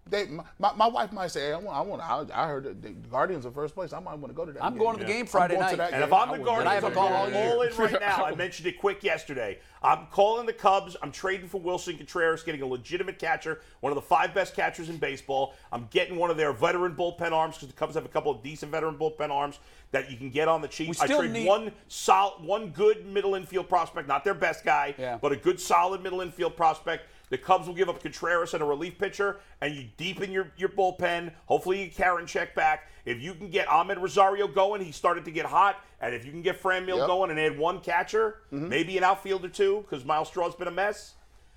[SPEAKER 3] they my, my, my wife might say, hey, I want, I want, I, I heard that the Guardians are first place. I might want to go to that.
[SPEAKER 1] I'm going to the game Friday
[SPEAKER 3] going
[SPEAKER 1] night.
[SPEAKER 3] to that
[SPEAKER 2] And if
[SPEAKER 3] game.
[SPEAKER 2] I'm
[SPEAKER 3] I
[SPEAKER 2] the
[SPEAKER 3] would-
[SPEAKER 2] Guardians,
[SPEAKER 1] I haven't
[SPEAKER 2] I'm
[SPEAKER 1] called
[SPEAKER 2] all,
[SPEAKER 1] all year.
[SPEAKER 2] in right now. I mentioned it quick yesterday. I'm calling the Cubs. I'm trading for Wilson Contreras, getting a legitimate catcher, one of the five best catchers in baseball. I'm getting one of their veteran bullpen arms because the Cubs have a couple of decent veteran bullpen arms that you can get on the cheap.
[SPEAKER 1] We
[SPEAKER 2] I
[SPEAKER 1] still
[SPEAKER 2] trade
[SPEAKER 1] need-
[SPEAKER 2] one sol- one good middle infield prospect, not their best guy,
[SPEAKER 1] Yeah.
[SPEAKER 2] but a good solid middle infield prospect. The Cubs will give up Contreras and a relief pitcher, and you deepen your, your bullpen. Hopefully, you Karen check back. If you can get Ahmed Rosario going, he started to get hot. And if you can get Fran Mill
[SPEAKER 3] Yep.
[SPEAKER 2] going and add one catcher, maybe an outfielder too, because Miles Straw's been a mess.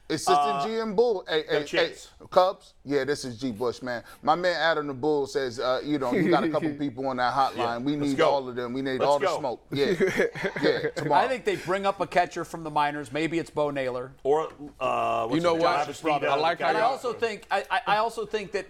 [SPEAKER 3] Assistant GM Bull, hey, hey, hey,
[SPEAKER 2] chance.
[SPEAKER 3] Cubs, yeah, this is G. Bush, man. My man Adam the Bull says, uh, you know, you got
[SPEAKER 1] [LAUGHS]
[SPEAKER 3] a couple people on that hotline. we
[SPEAKER 2] let's
[SPEAKER 3] need
[SPEAKER 2] go.
[SPEAKER 3] all of them. We need
[SPEAKER 2] Let's
[SPEAKER 3] all
[SPEAKER 2] go. [LAUGHS]
[SPEAKER 3] the smoke.
[SPEAKER 1] [LAUGHS]
[SPEAKER 3] Yeah, yeah. Tomorrow.
[SPEAKER 1] I think they bring up a catcher from the minors. Maybe it's Bo Naylor.
[SPEAKER 2] Or uh, what's
[SPEAKER 5] You know
[SPEAKER 2] his-
[SPEAKER 5] what?
[SPEAKER 2] Travis Steed,
[SPEAKER 5] I like how
[SPEAKER 2] uh,
[SPEAKER 1] And I
[SPEAKER 5] y'all-
[SPEAKER 1] also think I, I, I also think that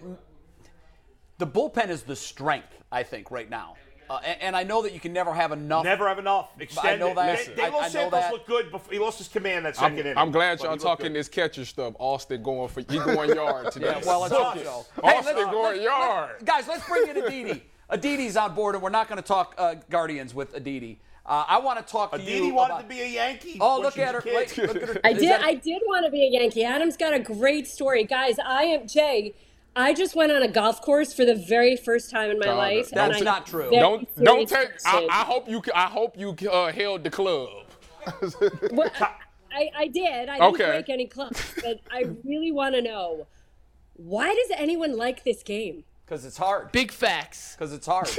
[SPEAKER 1] the bullpen is the strength. I think right now, uh, and, and I know that you can never have enough.
[SPEAKER 2] Never have enough. Extend
[SPEAKER 1] know
[SPEAKER 2] it.
[SPEAKER 1] that.
[SPEAKER 2] De-
[SPEAKER 1] Listen, I-
[SPEAKER 2] De
[SPEAKER 1] I
[SPEAKER 2] Los
[SPEAKER 1] know
[SPEAKER 2] Santos
[SPEAKER 1] that.
[SPEAKER 2] looked good before he lost his command that 2nd
[SPEAKER 5] I'm,
[SPEAKER 2] inning.
[SPEAKER 5] I'm glad
[SPEAKER 2] but
[SPEAKER 5] y'all
[SPEAKER 2] he looked
[SPEAKER 5] talking
[SPEAKER 2] good.
[SPEAKER 5] this catcher stuff. Austin going for you
[SPEAKER 2] [LAUGHS]
[SPEAKER 5] going yard today.
[SPEAKER 1] Yeah, well, it's
[SPEAKER 2] Suck
[SPEAKER 1] also.
[SPEAKER 2] it.
[SPEAKER 5] Austin going yard.
[SPEAKER 1] [LAUGHS] guys, let's bring in Aditi. Aditi's on board, and we're not going to talk uh, Guardians with Aditi. Uh, I want to talk to
[SPEAKER 2] Aditi
[SPEAKER 1] you.
[SPEAKER 2] wanted
[SPEAKER 1] about-
[SPEAKER 2] to be a Yankee.
[SPEAKER 1] Oh,
[SPEAKER 2] when
[SPEAKER 1] look
[SPEAKER 2] she was
[SPEAKER 1] at
[SPEAKER 2] a
[SPEAKER 1] her.
[SPEAKER 2] kid.
[SPEAKER 1] Wait, look at her.
[SPEAKER 6] I
[SPEAKER 1] Is
[SPEAKER 6] did.
[SPEAKER 1] that-
[SPEAKER 6] I did want to be a Yankee. Adam's got a great story, guys. I am Jay. I just went on a golf course for the very first time
[SPEAKER 1] Oh.
[SPEAKER 6] in my life. and
[SPEAKER 1] that's
[SPEAKER 6] I
[SPEAKER 1] not true.
[SPEAKER 6] very
[SPEAKER 5] Don't don't
[SPEAKER 6] seriously
[SPEAKER 5] take. I,
[SPEAKER 6] did.
[SPEAKER 5] I hope you. I hope you uh, held the club.
[SPEAKER 6] Well, I, I did. I didn't
[SPEAKER 5] Okay.
[SPEAKER 6] break any clubs, but I really want to know why does anyone like this game?
[SPEAKER 1] Because it's hard.
[SPEAKER 4] Big facts.
[SPEAKER 1] Because it's
[SPEAKER 6] [LAUGHS]
[SPEAKER 1] hard.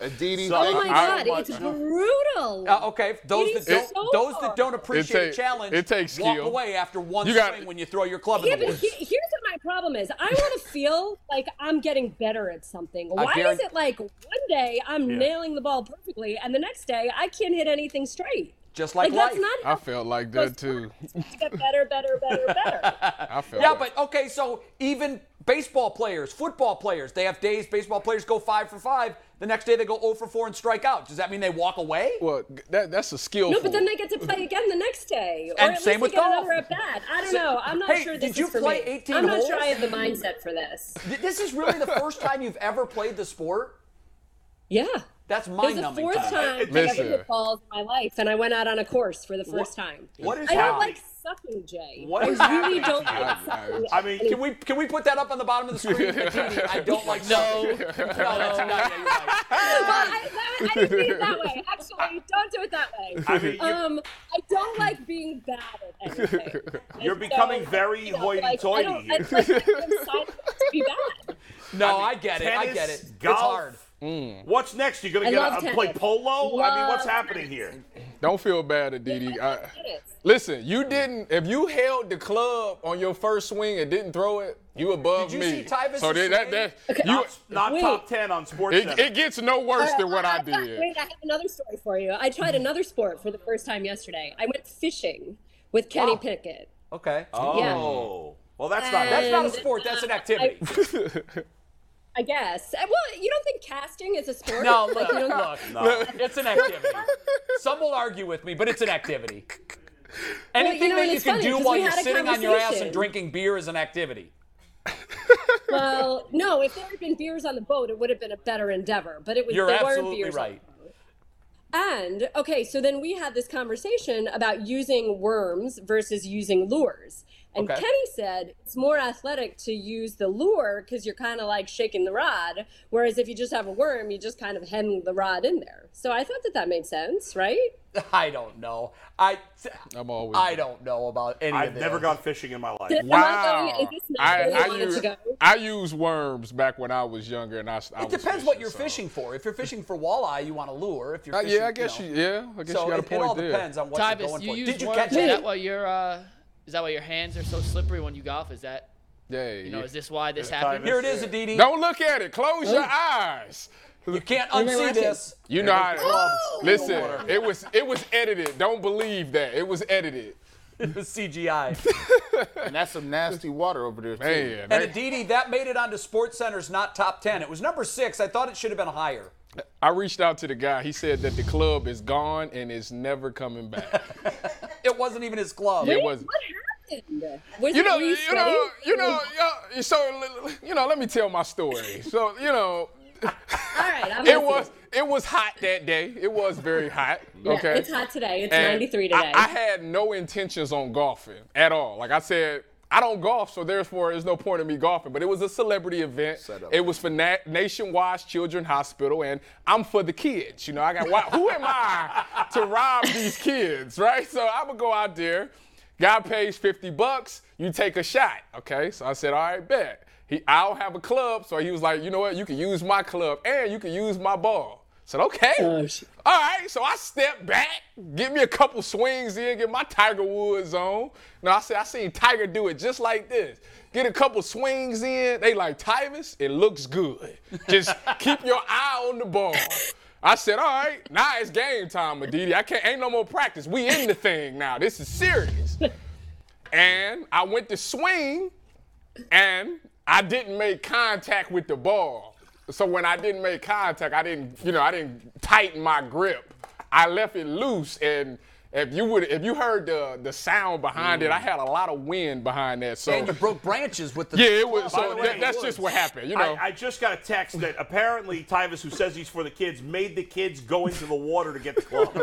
[SPEAKER 3] Aditi,
[SPEAKER 6] Oh
[SPEAKER 3] thank
[SPEAKER 6] my
[SPEAKER 3] you.
[SPEAKER 6] God, it's brutal.
[SPEAKER 1] Uh, okay, those that
[SPEAKER 6] is
[SPEAKER 1] don't,
[SPEAKER 6] so
[SPEAKER 1] those that
[SPEAKER 6] hard.
[SPEAKER 1] don't appreciate
[SPEAKER 5] take-
[SPEAKER 1] a challenge,
[SPEAKER 5] it takes
[SPEAKER 1] walk
[SPEAKER 5] skill.
[SPEAKER 1] away after one
[SPEAKER 5] You got-
[SPEAKER 1] swing when you throw your club
[SPEAKER 6] Yeah,
[SPEAKER 1] in the
[SPEAKER 6] but
[SPEAKER 1] woods.
[SPEAKER 6] he, here's what my problem is. I want to feel like I'm getting better at something. Why is
[SPEAKER 1] guarantee-
[SPEAKER 6] it like one day I'm nailing the ball perfectly and the next day I can't hit anything straight?
[SPEAKER 1] Just like
[SPEAKER 6] that's
[SPEAKER 1] life.
[SPEAKER 6] not
[SPEAKER 5] I
[SPEAKER 6] how
[SPEAKER 5] felt like
[SPEAKER 6] it goes
[SPEAKER 5] that too.
[SPEAKER 6] to get better, better, better, better.
[SPEAKER 5] I felt.
[SPEAKER 1] Yeah,
[SPEAKER 5] like-
[SPEAKER 1] but okay, so even baseball players, football players, they have days baseball players go five for five. The next day they go 0 for 4 and strike out. Does that mean they walk away?
[SPEAKER 5] well, that, that's a skill.
[SPEAKER 6] No, but then they get to play again the next day, or
[SPEAKER 1] And
[SPEAKER 6] at least
[SPEAKER 1] same
[SPEAKER 6] they
[SPEAKER 1] with
[SPEAKER 6] get
[SPEAKER 1] golf.
[SPEAKER 6] another at bat. I don't know. I'm not
[SPEAKER 1] Hey,
[SPEAKER 6] sure. This
[SPEAKER 1] did you
[SPEAKER 6] is for
[SPEAKER 1] play
[SPEAKER 6] me.
[SPEAKER 1] 18
[SPEAKER 6] I'm not
[SPEAKER 1] holes?
[SPEAKER 6] sure I have the mindset for this.
[SPEAKER 1] Th- This is really the first time you've ever played the sport.
[SPEAKER 6] Yeah.
[SPEAKER 1] That's
[SPEAKER 6] It was
[SPEAKER 1] mind
[SPEAKER 6] the
[SPEAKER 1] numbing.
[SPEAKER 6] fourth time I ever
[SPEAKER 5] Listen.
[SPEAKER 6] hit balls in my life, and I went out on a course for the first time.
[SPEAKER 2] [LAUGHS] What is
[SPEAKER 6] I don't
[SPEAKER 2] happening?
[SPEAKER 6] like sucking, Jay.
[SPEAKER 2] What
[SPEAKER 6] I
[SPEAKER 2] is
[SPEAKER 6] really
[SPEAKER 2] happening
[SPEAKER 6] don't
[SPEAKER 2] to you?
[SPEAKER 6] like sucking.
[SPEAKER 2] I mean,
[SPEAKER 6] [LAUGHS]
[SPEAKER 1] Can we can we put that up on the bottom of the
[SPEAKER 5] [LAUGHS]
[SPEAKER 1] screen? Bikini, I don't like
[SPEAKER 4] [LAUGHS] No.
[SPEAKER 1] sucking. no, that's not. yeah, you're right.
[SPEAKER 6] Well, I, I, I didn't mean it that way. Actually, don't do it that way.
[SPEAKER 2] I mean, you-
[SPEAKER 6] um, I don't like being bad
[SPEAKER 5] [LAUGHS]
[SPEAKER 6] at anything.
[SPEAKER 2] You're
[SPEAKER 6] And
[SPEAKER 2] becoming very
[SPEAKER 6] you know,
[SPEAKER 2] hoity-toity
[SPEAKER 6] Like, I don't,
[SPEAKER 2] here.
[SPEAKER 6] it's like I'm excited to be
[SPEAKER 1] [LAUGHS]
[SPEAKER 6] bad.
[SPEAKER 1] No, I, get it. I get
[SPEAKER 2] tennis,
[SPEAKER 1] it.
[SPEAKER 2] Golf.
[SPEAKER 1] It's hard.
[SPEAKER 2] What's next? You're gonna
[SPEAKER 6] I
[SPEAKER 2] get
[SPEAKER 6] love
[SPEAKER 2] out and play
[SPEAKER 6] tennis.
[SPEAKER 2] polo? I mean, what's
[SPEAKER 6] Love
[SPEAKER 2] happening here?
[SPEAKER 5] Don't feel bad, Aditi.
[SPEAKER 1] uh,
[SPEAKER 5] I,
[SPEAKER 6] It is.
[SPEAKER 5] listen, you didn't. If you held the club on your first swing and didn't throw it, you above
[SPEAKER 1] Did you
[SPEAKER 5] me.
[SPEAKER 1] see Tyvus'
[SPEAKER 5] so that, that, that you,
[SPEAKER 2] Not, not
[SPEAKER 6] Wait.
[SPEAKER 2] top ten on Sports
[SPEAKER 5] it, it gets no worse than what I
[SPEAKER 6] got-
[SPEAKER 5] did.
[SPEAKER 6] Wait, I have another story for you. I
[SPEAKER 1] Mm-hmm.
[SPEAKER 6] tried another sport for the first time yesterday. I went fishing with Kenny Pickett.
[SPEAKER 1] Okay.
[SPEAKER 6] Yeah.
[SPEAKER 2] Oh, well, that's not
[SPEAKER 1] That's not a
[SPEAKER 6] And,
[SPEAKER 1] sport. That's an
[SPEAKER 6] uh,
[SPEAKER 1] activity.
[SPEAKER 6] I guess. Uh, Well, you don't think casting is a sport?
[SPEAKER 1] No,
[SPEAKER 6] Like,
[SPEAKER 1] look,
[SPEAKER 6] you don't-
[SPEAKER 1] look, it's an activity. Some will argue with me, but it's an activity. Anything
[SPEAKER 6] know, and
[SPEAKER 1] that you
[SPEAKER 6] it's
[SPEAKER 1] can
[SPEAKER 6] funny,
[SPEAKER 1] do
[SPEAKER 6] 'cause
[SPEAKER 1] while
[SPEAKER 6] we
[SPEAKER 1] you're
[SPEAKER 6] had a
[SPEAKER 1] sitting on your ass and
[SPEAKER 6] conversation.
[SPEAKER 1] drinking beer is an activity.
[SPEAKER 6] Well, no. If there had been beers on the boat, it would have been a better endeavor. But it was.
[SPEAKER 1] You're
[SPEAKER 6] there weren't
[SPEAKER 1] absolutely
[SPEAKER 6] beers on the
[SPEAKER 1] right.
[SPEAKER 6] And okay, so then we had this conversation about using worms versus using lures. And
[SPEAKER 1] Okay.
[SPEAKER 6] Kenny said it's more athletic to use the lure because you're kind of like shaking the rod, whereas if you just have a worm, you just kind of hem the rod in there. So I thought that that made sense, right?
[SPEAKER 1] I don't know. I
[SPEAKER 5] I'm always.
[SPEAKER 1] I don't know about any of
[SPEAKER 2] I've
[SPEAKER 1] this.
[SPEAKER 2] never gone fishing in my life.
[SPEAKER 6] Am I
[SPEAKER 5] Wow.
[SPEAKER 6] going- is this not
[SPEAKER 5] I,
[SPEAKER 6] where you
[SPEAKER 5] I,
[SPEAKER 6] wanted
[SPEAKER 5] use,
[SPEAKER 6] to go?
[SPEAKER 5] I used worms back when I was younger, and I. s- I
[SPEAKER 1] It
[SPEAKER 5] was
[SPEAKER 1] depends what you're
[SPEAKER 5] so-
[SPEAKER 1] fishing for. If you're fishing for walleye, you want a lure. If you're
[SPEAKER 5] Uh,
[SPEAKER 1] fishing,
[SPEAKER 5] yeah, I guess you.
[SPEAKER 1] know.
[SPEAKER 5] Yeah, I guess
[SPEAKER 1] so
[SPEAKER 5] you got a
[SPEAKER 1] it,
[SPEAKER 5] point
[SPEAKER 1] it all
[SPEAKER 5] there.
[SPEAKER 1] depends on what you're
[SPEAKER 4] Tyvus,
[SPEAKER 1] going
[SPEAKER 4] you
[SPEAKER 1] for.
[SPEAKER 4] use
[SPEAKER 1] Did you
[SPEAKER 4] worms.
[SPEAKER 1] catch
[SPEAKER 4] Is that
[SPEAKER 1] it?
[SPEAKER 4] why your uh, is that why your hands are so slippery when you golf? Is that
[SPEAKER 5] Yeah,
[SPEAKER 4] you know?
[SPEAKER 5] yeah.
[SPEAKER 4] Is this why this happened?
[SPEAKER 1] Here it is, Aditi.
[SPEAKER 5] [LAUGHS] Don't look at it. Close
[SPEAKER 6] Oh.
[SPEAKER 5] your eyes.
[SPEAKER 1] You can't
[SPEAKER 6] may
[SPEAKER 1] unsee
[SPEAKER 6] watch it.
[SPEAKER 1] this.
[SPEAKER 5] You know how. listen, it was it was edited. Don't believe that. It was edited.
[SPEAKER 1] It was
[SPEAKER 5] [LAUGHS]
[SPEAKER 1] CGI.
[SPEAKER 3] And that's some nasty water over there, too.
[SPEAKER 5] Man,
[SPEAKER 1] and
[SPEAKER 5] that,
[SPEAKER 1] Aditi, that made it onto Sports Center's not top ten. It was number six. I thought it should have been higher.
[SPEAKER 5] I reached out to the guy. He said that the club is gone and it's never coming
[SPEAKER 6] [LAUGHS]
[SPEAKER 5] back.
[SPEAKER 1] It wasn't even his club.
[SPEAKER 5] It was.
[SPEAKER 6] What happened? Was
[SPEAKER 5] You
[SPEAKER 6] it
[SPEAKER 5] know,
[SPEAKER 6] were
[SPEAKER 5] you know,
[SPEAKER 6] you sweating?
[SPEAKER 5] you know, yo- so l- l- you know. Let me tell my story. So you know,
[SPEAKER 6] All right,
[SPEAKER 5] [LAUGHS]
[SPEAKER 6] I'm
[SPEAKER 5] it
[SPEAKER 6] listening.
[SPEAKER 5] was it was hot that day. It was very hot.
[SPEAKER 6] Yeah,
[SPEAKER 5] Okay.
[SPEAKER 6] It's hot today. It's
[SPEAKER 5] And
[SPEAKER 6] 93
[SPEAKER 5] I-
[SPEAKER 6] today.
[SPEAKER 5] I, had no intentions on golfing at all. Like I said, I don't golf, so therefore there's no point in me golfing. But it was a celebrity event.
[SPEAKER 3] Set up.
[SPEAKER 5] It was for Na- Nationwide Children Hospital, and I'm for the kids. You know, I got why, who am I to rob these kids, right? So I'm gonna go out there. Guy pays 50 bucks. You take a shot, okay? So I said, all right, bet. He, I don't have a club, so he was like, you know what? You can use my club, and you can use my ball. I said, okay. All right, so I step back, give me a couple swings in, get my Tiger Woods on. Now I said, I seen Tiger do it just like this. Get a couple swings in. They like Tyvis, it looks good. Just keep your eye on the ball. I said, all right, now it's game time, Aditi. I can't ain't no more practice. We in the thing now. This is serious. And I went to swing and I didn't make contact with the ball. So when I didn't make contact, I didn't, you know, I didn't tighten my grip. I left it loose, and If you would, if you heard the the sound behind it, I had a lot of wind behind that. So
[SPEAKER 1] and you broke branches with the.
[SPEAKER 5] yeah, it was.
[SPEAKER 2] By
[SPEAKER 5] So
[SPEAKER 2] the way,
[SPEAKER 5] that, that's just what happened. You know,
[SPEAKER 2] I, I just got a text that apparently Tyvis, who says he's for the kids, made the kids go into the water to get the club.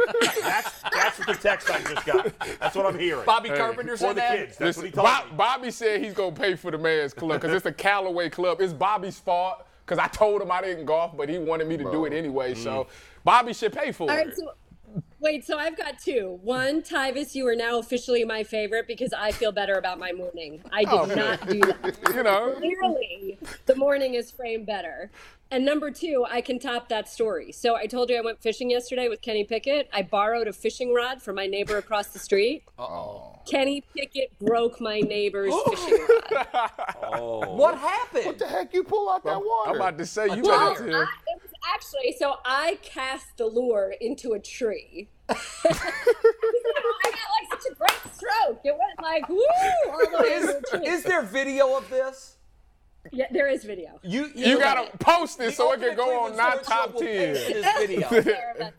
[SPEAKER 2] that's that's what the text I just got. That's what I'm hearing.
[SPEAKER 1] Bobby Carpenter said
[SPEAKER 2] for the
[SPEAKER 1] that.
[SPEAKER 2] kids. That's what he
[SPEAKER 5] Listen,
[SPEAKER 2] told
[SPEAKER 5] Bob-
[SPEAKER 2] me.
[SPEAKER 5] Bobby said he's gonna pay for the man's club because it's a Callaway club. It's Bobby's fault because I told him I didn't golf, but he wanted me to do it anyway.
[SPEAKER 3] Mm.
[SPEAKER 5] So Bobby should pay for
[SPEAKER 6] All
[SPEAKER 5] it.
[SPEAKER 6] right, so wait, so I've got two. One, Tyvis, you are now officially my favorite because I feel better about my morning. I did not do that.
[SPEAKER 5] [LAUGHS] you know,
[SPEAKER 6] Clearly, the morning is framed better. And number two, I can top that story. So I told you I went fishing yesterday with Kenny Pickett. I borrowed a fishing rod from my neighbor across the street. Uh-oh. Kenny Pickett broke my neighbor's fishing rod.
[SPEAKER 1] What happened?
[SPEAKER 3] What the heck you pull out that water?
[SPEAKER 5] I'm about to say you
[SPEAKER 6] Well,
[SPEAKER 5] better
[SPEAKER 6] I,
[SPEAKER 5] tell.
[SPEAKER 6] it was actually so I cast the lure into a tree. [LAUGHS] I got like such a great stroke. It went like woo all the way into a tree.
[SPEAKER 1] Is there video of this?
[SPEAKER 6] yeah, there is video.
[SPEAKER 1] You
[SPEAKER 5] You gotta post it
[SPEAKER 1] The
[SPEAKER 5] so it
[SPEAKER 1] ultimate
[SPEAKER 5] can go on
[SPEAKER 1] Cleveland
[SPEAKER 5] not
[SPEAKER 1] Sports Show
[SPEAKER 5] top
[SPEAKER 1] will
[SPEAKER 5] ten.
[SPEAKER 1] post This
[SPEAKER 5] [LAUGHS]
[SPEAKER 1] video.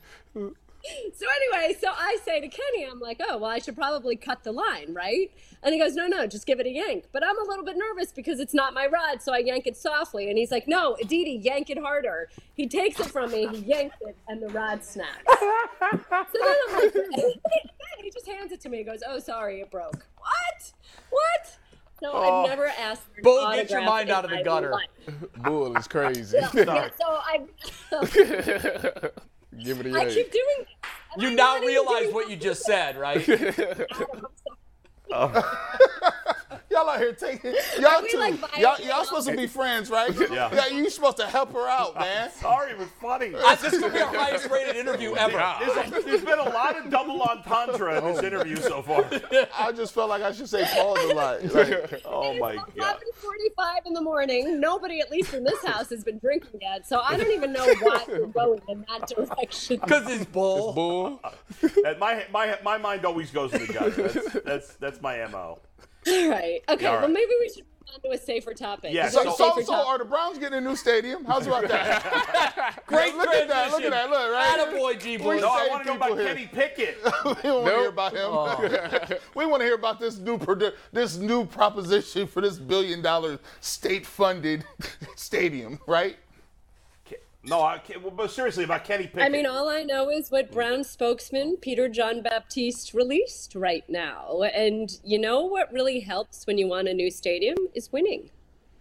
[SPEAKER 6] So anyway, so I say to Kenny, I'm like, oh well, I should probably cut the line, right? And he goes, no, no, just give it a yank. But I'm a little bit nervous because it's not my rod, so I yank it softly. And he's like, no, Aditi, yank it harder. He takes it from me, he yanks it, and the rod snaps. So then I'm like, [LAUGHS] he just hands it to me. He goes, "Oh, sorry, it broke." What? What? No, I've never asked. For an
[SPEAKER 1] Bo, get your
[SPEAKER 6] autograph
[SPEAKER 1] mind
[SPEAKER 6] in
[SPEAKER 1] out of the
[SPEAKER 6] my
[SPEAKER 1] gutter. [LAUGHS]
[SPEAKER 6] life.
[SPEAKER 5] Bull is crazy.
[SPEAKER 6] [LAUGHS] Yeah, so I, [LAUGHS]
[SPEAKER 5] Give it a
[SPEAKER 6] I
[SPEAKER 5] yay.
[SPEAKER 6] keep doing. This. And
[SPEAKER 1] You
[SPEAKER 6] I'm
[SPEAKER 1] now
[SPEAKER 6] not even
[SPEAKER 1] realize
[SPEAKER 6] doing
[SPEAKER 1] what you just said, right?
[SPEAKER 5] [LAUGHS]
[SPEAKER 6] Adam, I'm sorry.
[SPEAKER 3] Y'all out here taking y'all
[SPEAKER 6] we,
[SPEAKER 3] two.
[SPEAKER 6] like,
[SPEAKER 3] y'all,
[SPEAKER 6] violating
[SPEAKER 3] y'all
[SPEAKER 6] the
[SPEAKER 3] supposed to be friends,
[SPEAKER 5] [LAUGHS]
[SPEAKER 3] right?
[SPEAKER 2] Yeah.
[SPEAKER 3] You supposed to help her out, man.
[SPEAKER 2] Sorry, it was [LAUGHS] funny.
[SPEAKER 1] I- this could be our highest rated interview ever.
[SPEAKER 2] There's, a, there's been a lot of double entendre in this interview so far.
[SPEAKER 3] I just felt like I should say Paul's
[SPEAKER 5] [LAUGHS]
[SPEAKER 3] a lot. Like,
[SPEAKER 2] Oh my
[SPEAKER 6] It's
[SPEAKER 2] god.
[SPEAKER 6] 11:45 in the morning. Nobody, at least in this house, has been drinking yet, so I don't even know why we're going in that direction.
[SPEAKER 1] Because it's bull.
[SPEAKER 5] Bull.
[SPEAKER 2] And my my my mind always goes to the gutter. That's that's, that's my mo.
[SPEAKER 6] [LAUGHS] All right. Okay.
[SPEAKER 2] all
[SPEAKER 6] Well,
[SPEAKER 2] right.
[SPEAKER 6] maybe we should move on to a safer topic.
[SPEAKER 2] Yeah,
[SPEAKER 6] Is there
[SPEAKER 3] so,
[SPEAKER 6] a
[SPEAKER 3] so,
[SPEAKER 6] safer
[SPEAKER 3] so
[SPEAKER 6] topic?
[SPEAKER 3] are the Browns getting a new stadium? How's about that?
[SPEAKER 5] [LAUGHS]
[SPEAKER 1] Great
[SPEAKER 3] Look at
[SPEAKER 1] transition.
[SPEAKER 3] that, look at that, look, right?
[SPEAKER 1] Attaboy, G. Bull.
[SPEAKER 3] We
[SPEAKER 2] No, I
[SPEAKER 3] Same
[SPEAKER 2] want to know about
[SPEAKER 3] people here.
[SPEAKER 2] Kenny Pickett.
[SPEAKER 3] we don't want to hear about him. [LAUGHS] we want to hear about this new produ- this new proposition for this billion dollar state funded [LAUGHS] stadium, right?
[SPEAKER 2] No, I can't, well, but seriously about Kenny Pickett.
[SPEAKER 6] I mean, uh, all I know is what Brown spokesman Peter John Baptiste released right now. And you know what really helps when you want a new stadium is winning.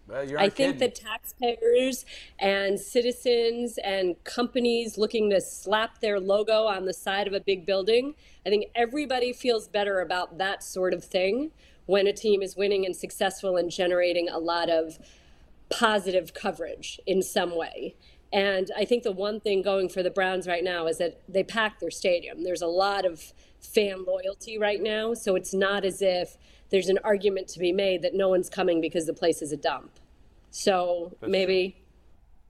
[SPEAKER 1] Well, you're
[SPEAKER 6] I
[SPEAKER 1] not
[SPEAKER 6] think
[SPEAKER 1] kidding.
[SPEAKER 6] that taxpayers and citizens and companies looking to slap their logo on the side of a big building, I think everybody feels better about that sort of thing when a team is winning and successful and generating a lot of positive coverage in some way. And I think the one thing going for the Browns right now is that they pack their stadium. There's a lot of fan loyalty right now, so it's not as if there's an argument to be made that no one's coming because the place is a dump. So maybe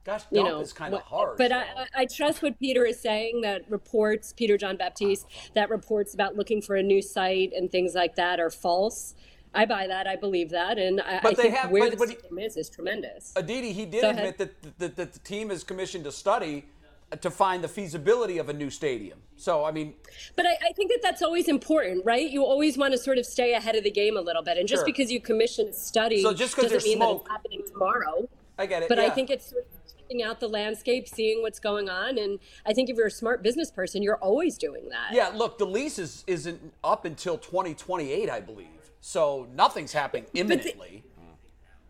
[SPEAKER 1] Gosh,
[SPEAKER 6] you
[SPEAKER 1] dump
[SPEAKER 6] know,
[SPEAKER 1] is kind of
[SPEAKER 6] what-
[SPEAKER 1] hard.
[SPEAKER 6] But I, I- I trust what Peter is saying. That reports, Peter John Baptiste, that reports about looking for a new site and things like that are false. I buy that. I believe that, and I,
[SPEAKER 1] But
[SPEAKER 6] I
[SPEAKER 1] they
[SPEAKER 6] think
[SPEAKER 1] have-
[SPEAKER 6] where
[SPEAKER 1] but-
[SPEAKER 6] the
[SPEAKER 1] but he-
[SPEAKER 6] system is is tremendous.
[SPEAKER 1] Aditi, he did
[SPEAKER 6] Go ahead.
[SPEAKER 1] admit that, that, that the team is commissioned to study uh, to find the feasibility of a new stadium. So, I mean,
[SPEAKER 6] But I, I think that that's always important, right? You always want to sort of stay ahead of the game a little bit, and just
[SPEAKER 1] Sure.
[SPEAKER 6] because you commission a study
[SPEAKER 1] So just 'cause
[SPEAKER 6] doesn't
[SPEAKER 1] there's
[SPEAKER 6] mean that
[SPEAKER 1] smoke-
[SPEAKER 6] it's happening tomorrow.
[SPEAKER 1] I get it.
[SPEAKER 6] But I
[SPEAKER 1] yeah.
[SPEAKER 6] think it's sort of checking out the landscape, seeing what's going on, and I think if you're a smart business person, you're always doing that.
[SPEAKER 1] Yeah, look, the lease is isn't up until 2028, I believe. So nothing's happening imminently.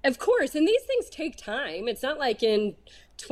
[SPEAKER 6] Of course, and these things take time. It's not like in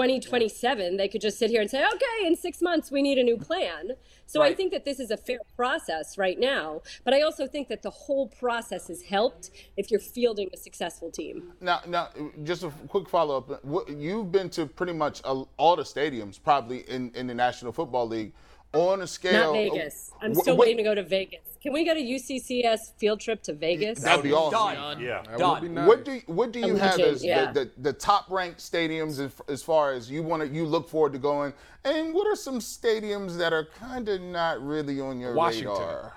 [SPEAKER 6] 2027 they could just sit here and say, "Okay, in 6 months we need a new plan." So I
[SPEAKER 1] Right.
[SPEAKER 6] think that this is a fair process right now, but I also think that the whole process is helped if you're fielding a successful team.
[SPEAKER 3] Now, now, just a quick follow up. What, you've been to pretty much all all the stadiums, probably in, in the National Football League, on a
[SPEAKER 6] Not
[SPEAKER 3] scale.
[SPEAKER 6] Vegas. I'm
[SPEAKER 3] Wh-
[SPEAKER 6] still
[SPEAKER 3] what-
[SPEAKER 6] waiting to go to Vegas. Can we get a UCCS field trip to Vegas?
[SPEAKER 3] That'd be awesome.
[SPEAKER 1] Done.
[SPEAKER 2] yeah.
[SPEAKER 1] Done.
[SPEAKER 5] be nice.
[SPEAKER 3] What do you, what do you have
[SPEAKER 6] Allegiant,
[SPEAKER 3] as
[SPEAKER 6] yeah.
[SPEAKER 3] the, the, the top ranked stadiums as, as far as you want to you look forward to going? And what are some stadiums that are kind of not really on your
[SPEAKER 5] Washington.
[SPEAKER 3] radar?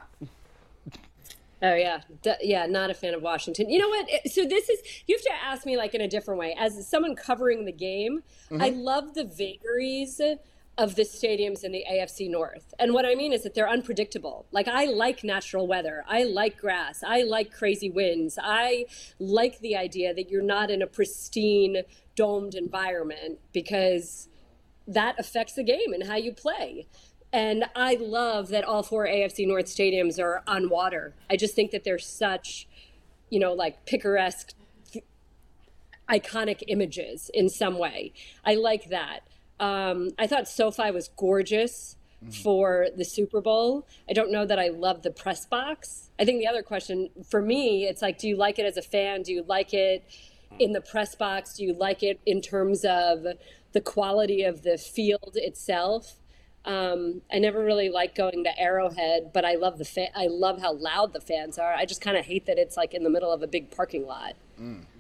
[SPEAKER 6] Oh yeah, D- yeah. Not a fan of Washington. You know what? It- So this is you have to ask me like in a different way. As someone covering the game, I love the vagaries of the stadiums in the AFC North. And what I mean is that they're unpredictable. Like, I like natural weather. I like grass. I like crazy winds. I like the idea that you're not in a pristine domed environment because that affects the game and how you play. And I love that all four AFC North stadiums are on water. I just think that they're such, you know, like picaresque, iconic images in some way. I like that. Um, I thought SoFi was gorgeous for the Super Bowl. I don't know that I love the press box. I think the other question for me, it's like, do you like it as a fan? Do you like it in the press box? Do you like it in terms of the quality of the field itself? Um, I never really like going to Arrowhead, but I love the fa- I love how loud the fans are. I just kind of hate that it's like in the middle of a big parking lot.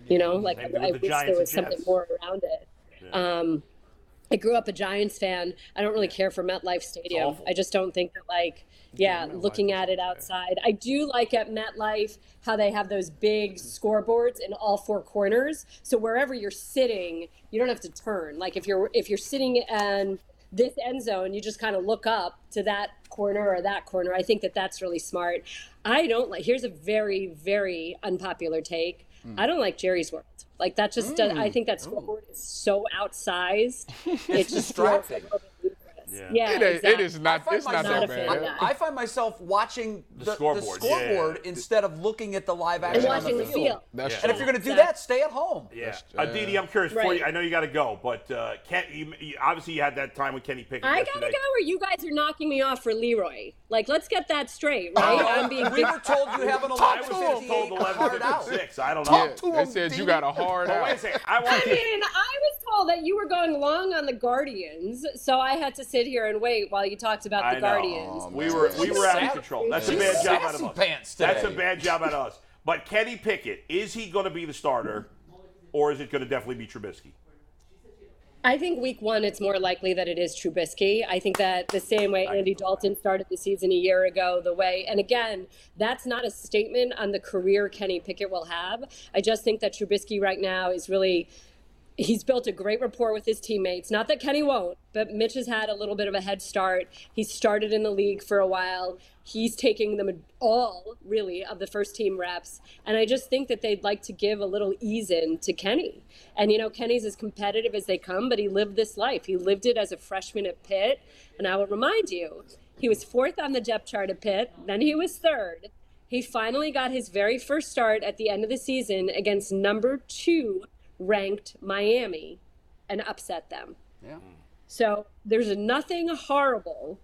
[SPEAKER 6] You know, like I,
[SPEAKER 2] Same thing with the
[SPEAKER 6] I wish there
[SPEAKER 2] Giants
[SPEAKER 6] was
[SPEAKER 2] and
[SPEAKER 6] something
[SPEAKER 2] Jets.
[SPEAKER 6] more around it. Um, I grew up a Giants fan. I don't really care for MetLife Stadium.
[SPEAKER 2] awful.
[SPEAKER 6] I just don't think that like yeah, looking at it outside. I do like at MetLife how they have those big scoreboards in all four corners. So wherever you're sitting, you don't have to turn. Like if you're if you're sitting in this end zone, you just kind of look up to that corner or that corner. I think that that's really smart. I don't like. Here's a very very unpopular take. I don't like Jerry's World. Like that just does, I think that scoreboard is so outsized. It's just feels like
[SPEAKER 1] distracting.
[SPEAKER 6] a little bit ludicrous.
[SPEAKER 2] Yeah.
[SPEAKER 6] Yeah,
[SPEAKER 5] It, ain't- it
[SPEAKER 6] exactly.
[SPEAKER 5] is not. It's not
[SPEAKER 6] myself-
[SPEAKER 5] that
[SPEAKER 6] Not a fan.
[SPEAKER 5] bad.
[SPEAKER 1] I find myself watching the, the scoreboard,
[SPEAKER 2] scoreboard, yeah.
[SPEAKER 1] instead of looking at the live action
[SPEAKER 6] And
[SPEAKER 1] on
[SPEAKER 6] watching the field.
[SPEAKER 5] That's
[SPEAKER 2] Yeah.
[SPEAKER 1] And
[SPEAKER 5] true.
[SPEAKER 1] if you're going to do
[SPEAKER 6] Exactly.
[SPEAKER 1] that, stay at home.
[SPEAKER 2] Yeah.
[SPEAKER 5] That's-
[SPEAKER 2] Aditi, I'm curious. For
[SPEAKER 6] Right.
[SPEAKER 2] you, I know you got to go, but uh, Ken, you, you, obviously you had that time with Kenny Pickett.
[SPEAKER 6] I gotta
[SPEAKER 2] yesterday.
[SPEAKER 6] go, or you guys are knocking me off for Leroy. Like, let's get that straight,
[SPEAKER 5] Oh,
[SPEAKER 6] right? I'm being
[SPEAKER 1] we were told you have an 11
[SPEAKER 2] I was just told
[SPEAKER 1] 58 card out.
[SPEAKER 2] 11:56. I don't know.
[SPEAKER 5] Yeah, they said you got a hard
[SPEAKER 2] But wait a
[SPEAKER 5] out.
[SPEAKER 2] second. I
[SPEAKER 6] I
[SPEAKER 2] want you.
[SPEAKER 6] mean, I was told that you were going long on the Guardians, so I had to sit here and wait while you talked about
[SPEAKER 2] I
[SPEAKER 6] the
[SPEAKER 2] know.
[SPEAKER 6] Guardians.
[SPEAKER 2] We were we were out of
[SPEAKER 1] Sassy-
[SPEAKER 2] control. That's a
[SPEAKER 1] she's
[SPEAKER 2] bad job out of
[SPEAKER 1] Oh, sassy
[SPEAKER 2] us.
[SPEAKER 1] pants today.
[SPEAKER 2] That's a bad job out of us. But Kenny Pickett, is he going to be the starter, or is it going to definitely be Trubisky?
[SPEAKER 6] I think week one, it's more likely that it is Trubisky. I think that the same way Andy Dalton started the season a year ago, the way, and again, that's not a statement on the career Kenny Pickett will have. I just think that Trubisky right now is really. He's built a great rapport with his teammates. Not that Kenny won't, but Mitch has had a little bit of a head start. He's started in the league for a while. He's taking them all, really, of the first team reps. And I just think that they'd like to give a little ease in to Kenny. And, you know, Kenny's as competitive as they come, but he lived this life. He lived it as a freshman at Pitt. And I will remind you, he was fourth on the depth chart at Pitt, then he was third. He finally got his very first start at the end of the season against number two ranked Miami and upset them.
[SPEAKER 1] Yeah.
[SPEAKER 6] So there's nothing horrible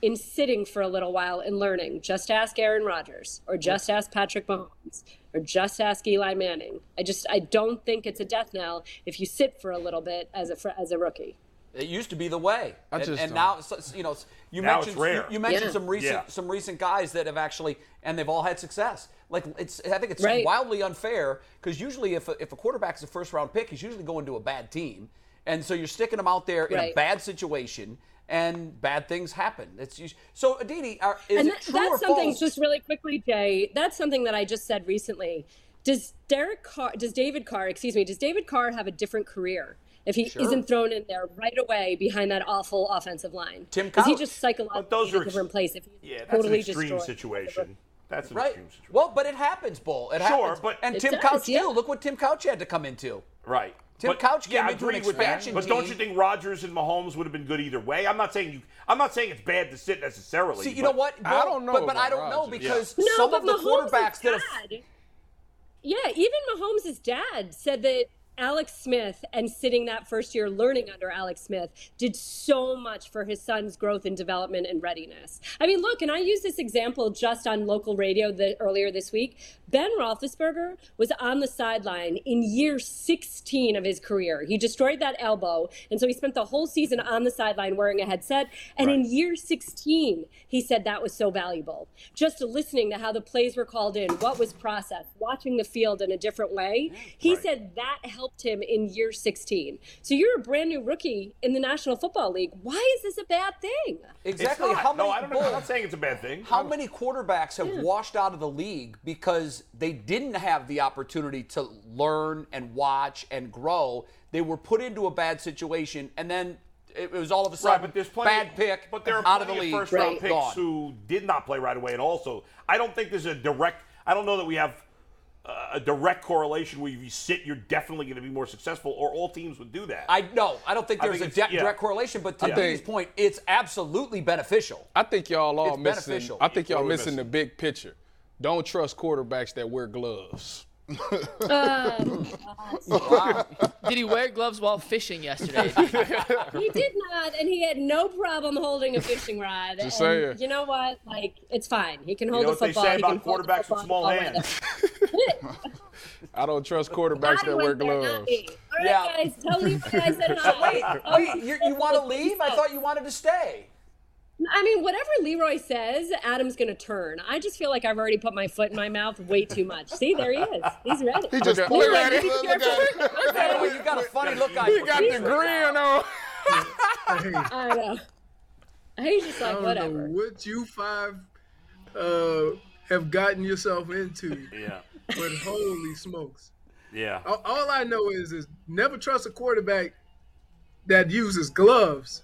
[SPEAKER 6] in sitting for a little while and learning. Just ask Aaron Rodgers or just ask Patrick Mahomes or just ask Eli Manning. I just I don't think it's a death knell if you sit for a little bit as a fr- as a rookie.
[SPEAKER 1] It used to be the way, and,
[SPEAKER 5] just
[SPEAKER 1] and
[SPEAKER 5] don't-
[SPEAKER 1] now so- so, you know s- you
[SPEAKER 2] Now it's
[SPEAKER 1] mentioned
[SPEAKER 2] rare.
[SPEAKER 1] You, you mentioned
[SPEAKER 6] Yeah.
[SPEAKER 1] some recent
[SPEAKER 2] Yeah.
[SPEAKER 1] some recent guys that have actually and they've all had success. Like it's I think it's
[SPEAKER 6] Right.
[SPEAKER 1] wildly unfair because usually if a, if a quarterback is a first round pick, he's usually going to a bad team, and so you're sticking him out there in a
[SPEAKER 6] Right.
[SPEAKER 1] bad situation, and bad things happen. It's us- so Aditi, are, is
[SPEAKER 6] and
[SPEAKER 1] it
[SPEAKER 6] that-
[SPEAKER 1] true or
[SPEAKER 6] that's something
[SPEAKER 1] false?
[SPEAKER 6] just really quickly jay that's something that i just said recently does derek carr does david carr excuse me does david carr have a different career if he isn't thrown in there right away behind that awful offensive line
[SPEAKER 1] Tim
[SPEAKER 6] is he
[SPEAKER 1] Couch.
[SPEAKER 6] just psychologically
[SPEAKER 2] But those
[SPEAKER 6] in
[SPEAKER 2] are
[SPEAKER 6] a
[SPEAKER 2] ex-
[SPEAKER 6] different place if he's
[SPEAKER 2] Yeah, that's
[SPEAKER 6] totally
[SPEAKER 2] an extreme
[SPEAKER 6] destroyed?
[SPEAKER 2] situation. That's an
[SPEAKER 1] right?
[SPEAKER 2] extreme situation.
[SPEAKER 1] Well, but it happens, Bull. It
[SPEAKER 2] Sure,
[SPEAKER 1] happens.
[SPEAKER 2] but-
[SPEAKER 1] and
[SPEAKER 2] It
[SPEAKER 1] Tim
[SPEAKER 6] does,
[SPEAKER 1] Couch
[SPEAKER 6] yeah.
[SPEAKER 1] too. Look what Tim Couch had to come into.
[SPEAKER 2] Right.
[SPEAKER 1] Tim Couch
[SPEAKER 2] yeah,
[SPEAKER 1] came
[SPEAKER 2] I
[SPEAKER 1] into an
[SPEAKER 2] agree with that.
[SPEAKER 1] expansion
[SPEAKER 2] But don't you
[SPEAKER 1] team.
[SPEAKER 2] think Rodgers and Mahomes would have been good either way? I'm not saying you. I'm not saying it's bad to sit necessarily.
[SPEAKER 1] See, you
[SPEAKER 2] but
[SPEAKER 1] know what?
[SPEAKER 5] I
[SPEAKER 1] Bull,
[SPEAKER 5] don't know
[SPEAKER 1] but, but I
[SPEAKER 5] about
[SPEAKER 1] don't know
[SPEAKER 5] Rodgers.
[SPEAKER 1] because
[SPEAKER 6] no
[SPEAKER 1] some
[SPEAKER 6] but
[SPEAKER 1] of the
[SPEAKER 6] Mahomes'
[SPEAKER 1] quarterbacks that have
[SPEAKER 6] dad- yeah even mahomes' dad said that Alex Smith and sitting that first year learning under Alex Smith did so much for his son's growth and development and readiness. I mean, look, and I used this example just on local radio the, earlier this week. Ben Roethlisberger was on the sideline in year 16 of his career. He destroyed that elbow, and so he spent the whole season on the sideline wearing a headset. And in year 16, he said that was so valuable. Just listening to how the plays were called in, what was processed, watching the field in a different way. He said that helped him in year 16. So you're a brand new rookie in the National Football League. Why is this a bad thing?
[SPEAKER 2] It's
[SPEAKER 1] exactly
[SPEAKER 2] not.
[SPEAKER 1] how many
[SPEAKER 2] no, I don't know.
[SPEAKER 1] Bull,
[SPEAKER 2] I'm not saying it's a bad thing.
[SPEAKER 1] how many quarterbacks have washed out of the league because they didn't have the opportunity to learn and watch and grow? They were put into a bad situation, and then it was all of a
[SPEAKER 2] Right,
[SPEAKER 1] sudden
[SPEAKER 2] but there's plenty.
[SPEAKER 1] bad pick,
[SPEAKER 2] But there are
[SPEAKER 1] out of the
[SPEAKER 2] plenty
[SPEAKER 1] league,
[SPEAKER 2] first round
[SPEAKER 6] Right.
[SPEAKER 2] picks
[SPEAKER 1] gone.
[SPEAKER 2] who did not play right away, and also I don't think there's a direct. I don't know that we have uh, a direct correlation where if you sit, you're definitely going to be more successful, or all teams would do that.
[SPEAKER 1] I no, I don't think
[SPEAKER 2] I
[SPEAKER 1] there's
[SPEAKER 2] think
[SPEAKER 1] a
[SPEAKER 2] it's-
[SPEAKER 1] de-
[SPEAKER 2] yeah.
[SPEAKER 1] direct correlation, but to
[SPEAKER 2] I
[SPEAKER 1] Dean's
[SPEAKER 5] think-
[SPEAKER 1] point, it's absolutely beneficial.
[SPEAKER 5] I think y'all all
[SPEAKER 1] It's
[SPEAKER 5] missing.
[SPEAKER 1] beneficial.
[SPEAKER 5] I think y'all
[SPEAKER 2] What are we
[SPEAKER 5] missing the
[SPEAKER 2] missing?
[SPEAKER 5] big picture. Don't trust quarterbacks that wear gloves.
[SPEAKER 4] Did he wear gloves while fishing yesterday?
[SPEAKER 6] He did not, and he had no problem holding a fishing rod.
[SPEAKER 5] Just
[SPEAKER 6] and
[SPEAKER 5] saying.
[SPEAKER 6] You know what? Like, it's fine. He can
[SPEAKER 2] you
[SPEAKER 6] hold
[SPEAKER 2] know
[SPEAKER 6] a
[SPEAKER 2] what they
[SPEAKER 6] football.
[SPEAKER 2] say
[SPEAKER 6] he
[SPEAKER 2] about
[SPEAKER 6] can hold a
[SPEAKER 2] quarterbacks
[SPEAKER 6] football
[SPEAKER 2] with small
[SPEAKER 6] all right.
[SPEAKER 2] hands. [LAUGHS]
[SPEAKER 5] I don't trust
[SPEAKER 6] I
[SPEAKER 5] quarterbacks that
[SPEAKER 6] went
[SPEAKER 5] wear
[SPEAKER 6] there, not
[SPEAKER 5] gloves.
[SPEAKER 6] me. All right,
[SPEAKER 1] Yeah.
[SPEAKER 6] guys, tell these guys that
[SPEAKER 1] [LAUGHS]
[SPEAKER 6] hi.
[SPEAKER 1] Wait, you, you want to leave? I thought you wanted to stay.
[SPEAKER 6] I mean, whatever Leroy says, Adam's going to turn. I just feel like I've already put my foot in my mouth way too much. See, there he is. He's ready.
[SPEAKER 3] He just
[SPEAKER 5] at-
[SPEAKER 3] pointed
[SPEAKER 5] look
[SPEAKER 3] at
[SPEAKER 5] at
[SPEAKER 3] it. Look at it.
[SPEAKER 1] By the way, you got a funny look on
[SPEAKER 5] He
[SPEAKER 1] you.
[SPEAKER 5] got the grin on.
[SPEAKER 6] [LAUGHS] I know. He's just like, whatever.
[SPEAKER 8] what you five uh, have gotten yourself into,
[SPEAKER 2] yeah,
[SPEAKER 8] but holy smokes!
[SPEAKER 2] yeah.
[SPEAKER 8] All, all I know is is never trust a quarterback that uses gloves.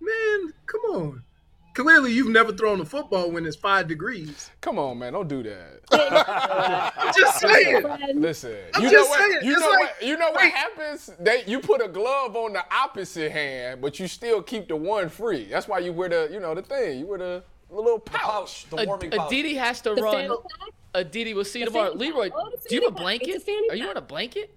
[SPEAKER 8] Man, come on. Clearly, you've never thrown a football when it's five degrees.
[SPEAKER 5] Come on, man, don't do that.
[SPEAKER 8] I'm just saying.
[SPEAKER 6] And
[SPEAKER 5] Listen,
[SPEAKER 8] I'm
[SPEAKER 5] you know
[SPEAKER 8] just
[SPEAKER 5] what?
[SPEAKER 8] saying,
[SPEAKER 5] you
[SPEAKER 8] it's
[SPEAKER 5] know
[SPEAKER 8] like-
[SPEAKER 5] what? You know what
[SPEAKER 8] like-
[SPEAKER 5] happens? They you put a glove on the opposite hand, but you still keep the one free. That's why you wear the you know the thing. You wear the little
[SPEAKER 1] Ouch,
[SPEAKER 5] pouch.
[SPEAKER 1] the warming pouch.
[SPEAKER 4] Aditi has to
[SPEAKER 6] the
[SPEAKER 4] run.
[SPEAKER 6] fan pack?
[SPEAKER 4] Aditi, we'll see you tomorrow.
[SPEAKER 6] fanny pack.
[SPEAKER 4] Leroy,
[SPEAKER 6] Oh, the
[SPEAKER 4] do you have a
[SPEAKER 6] fanny pack.
[SPEAKER 4] blanket?
[SPEAKER 6] It's a fanny
[SPEAKER 4] Are you on
[SPEAKER 6] pack.
[SPEAKER 4] a blanket?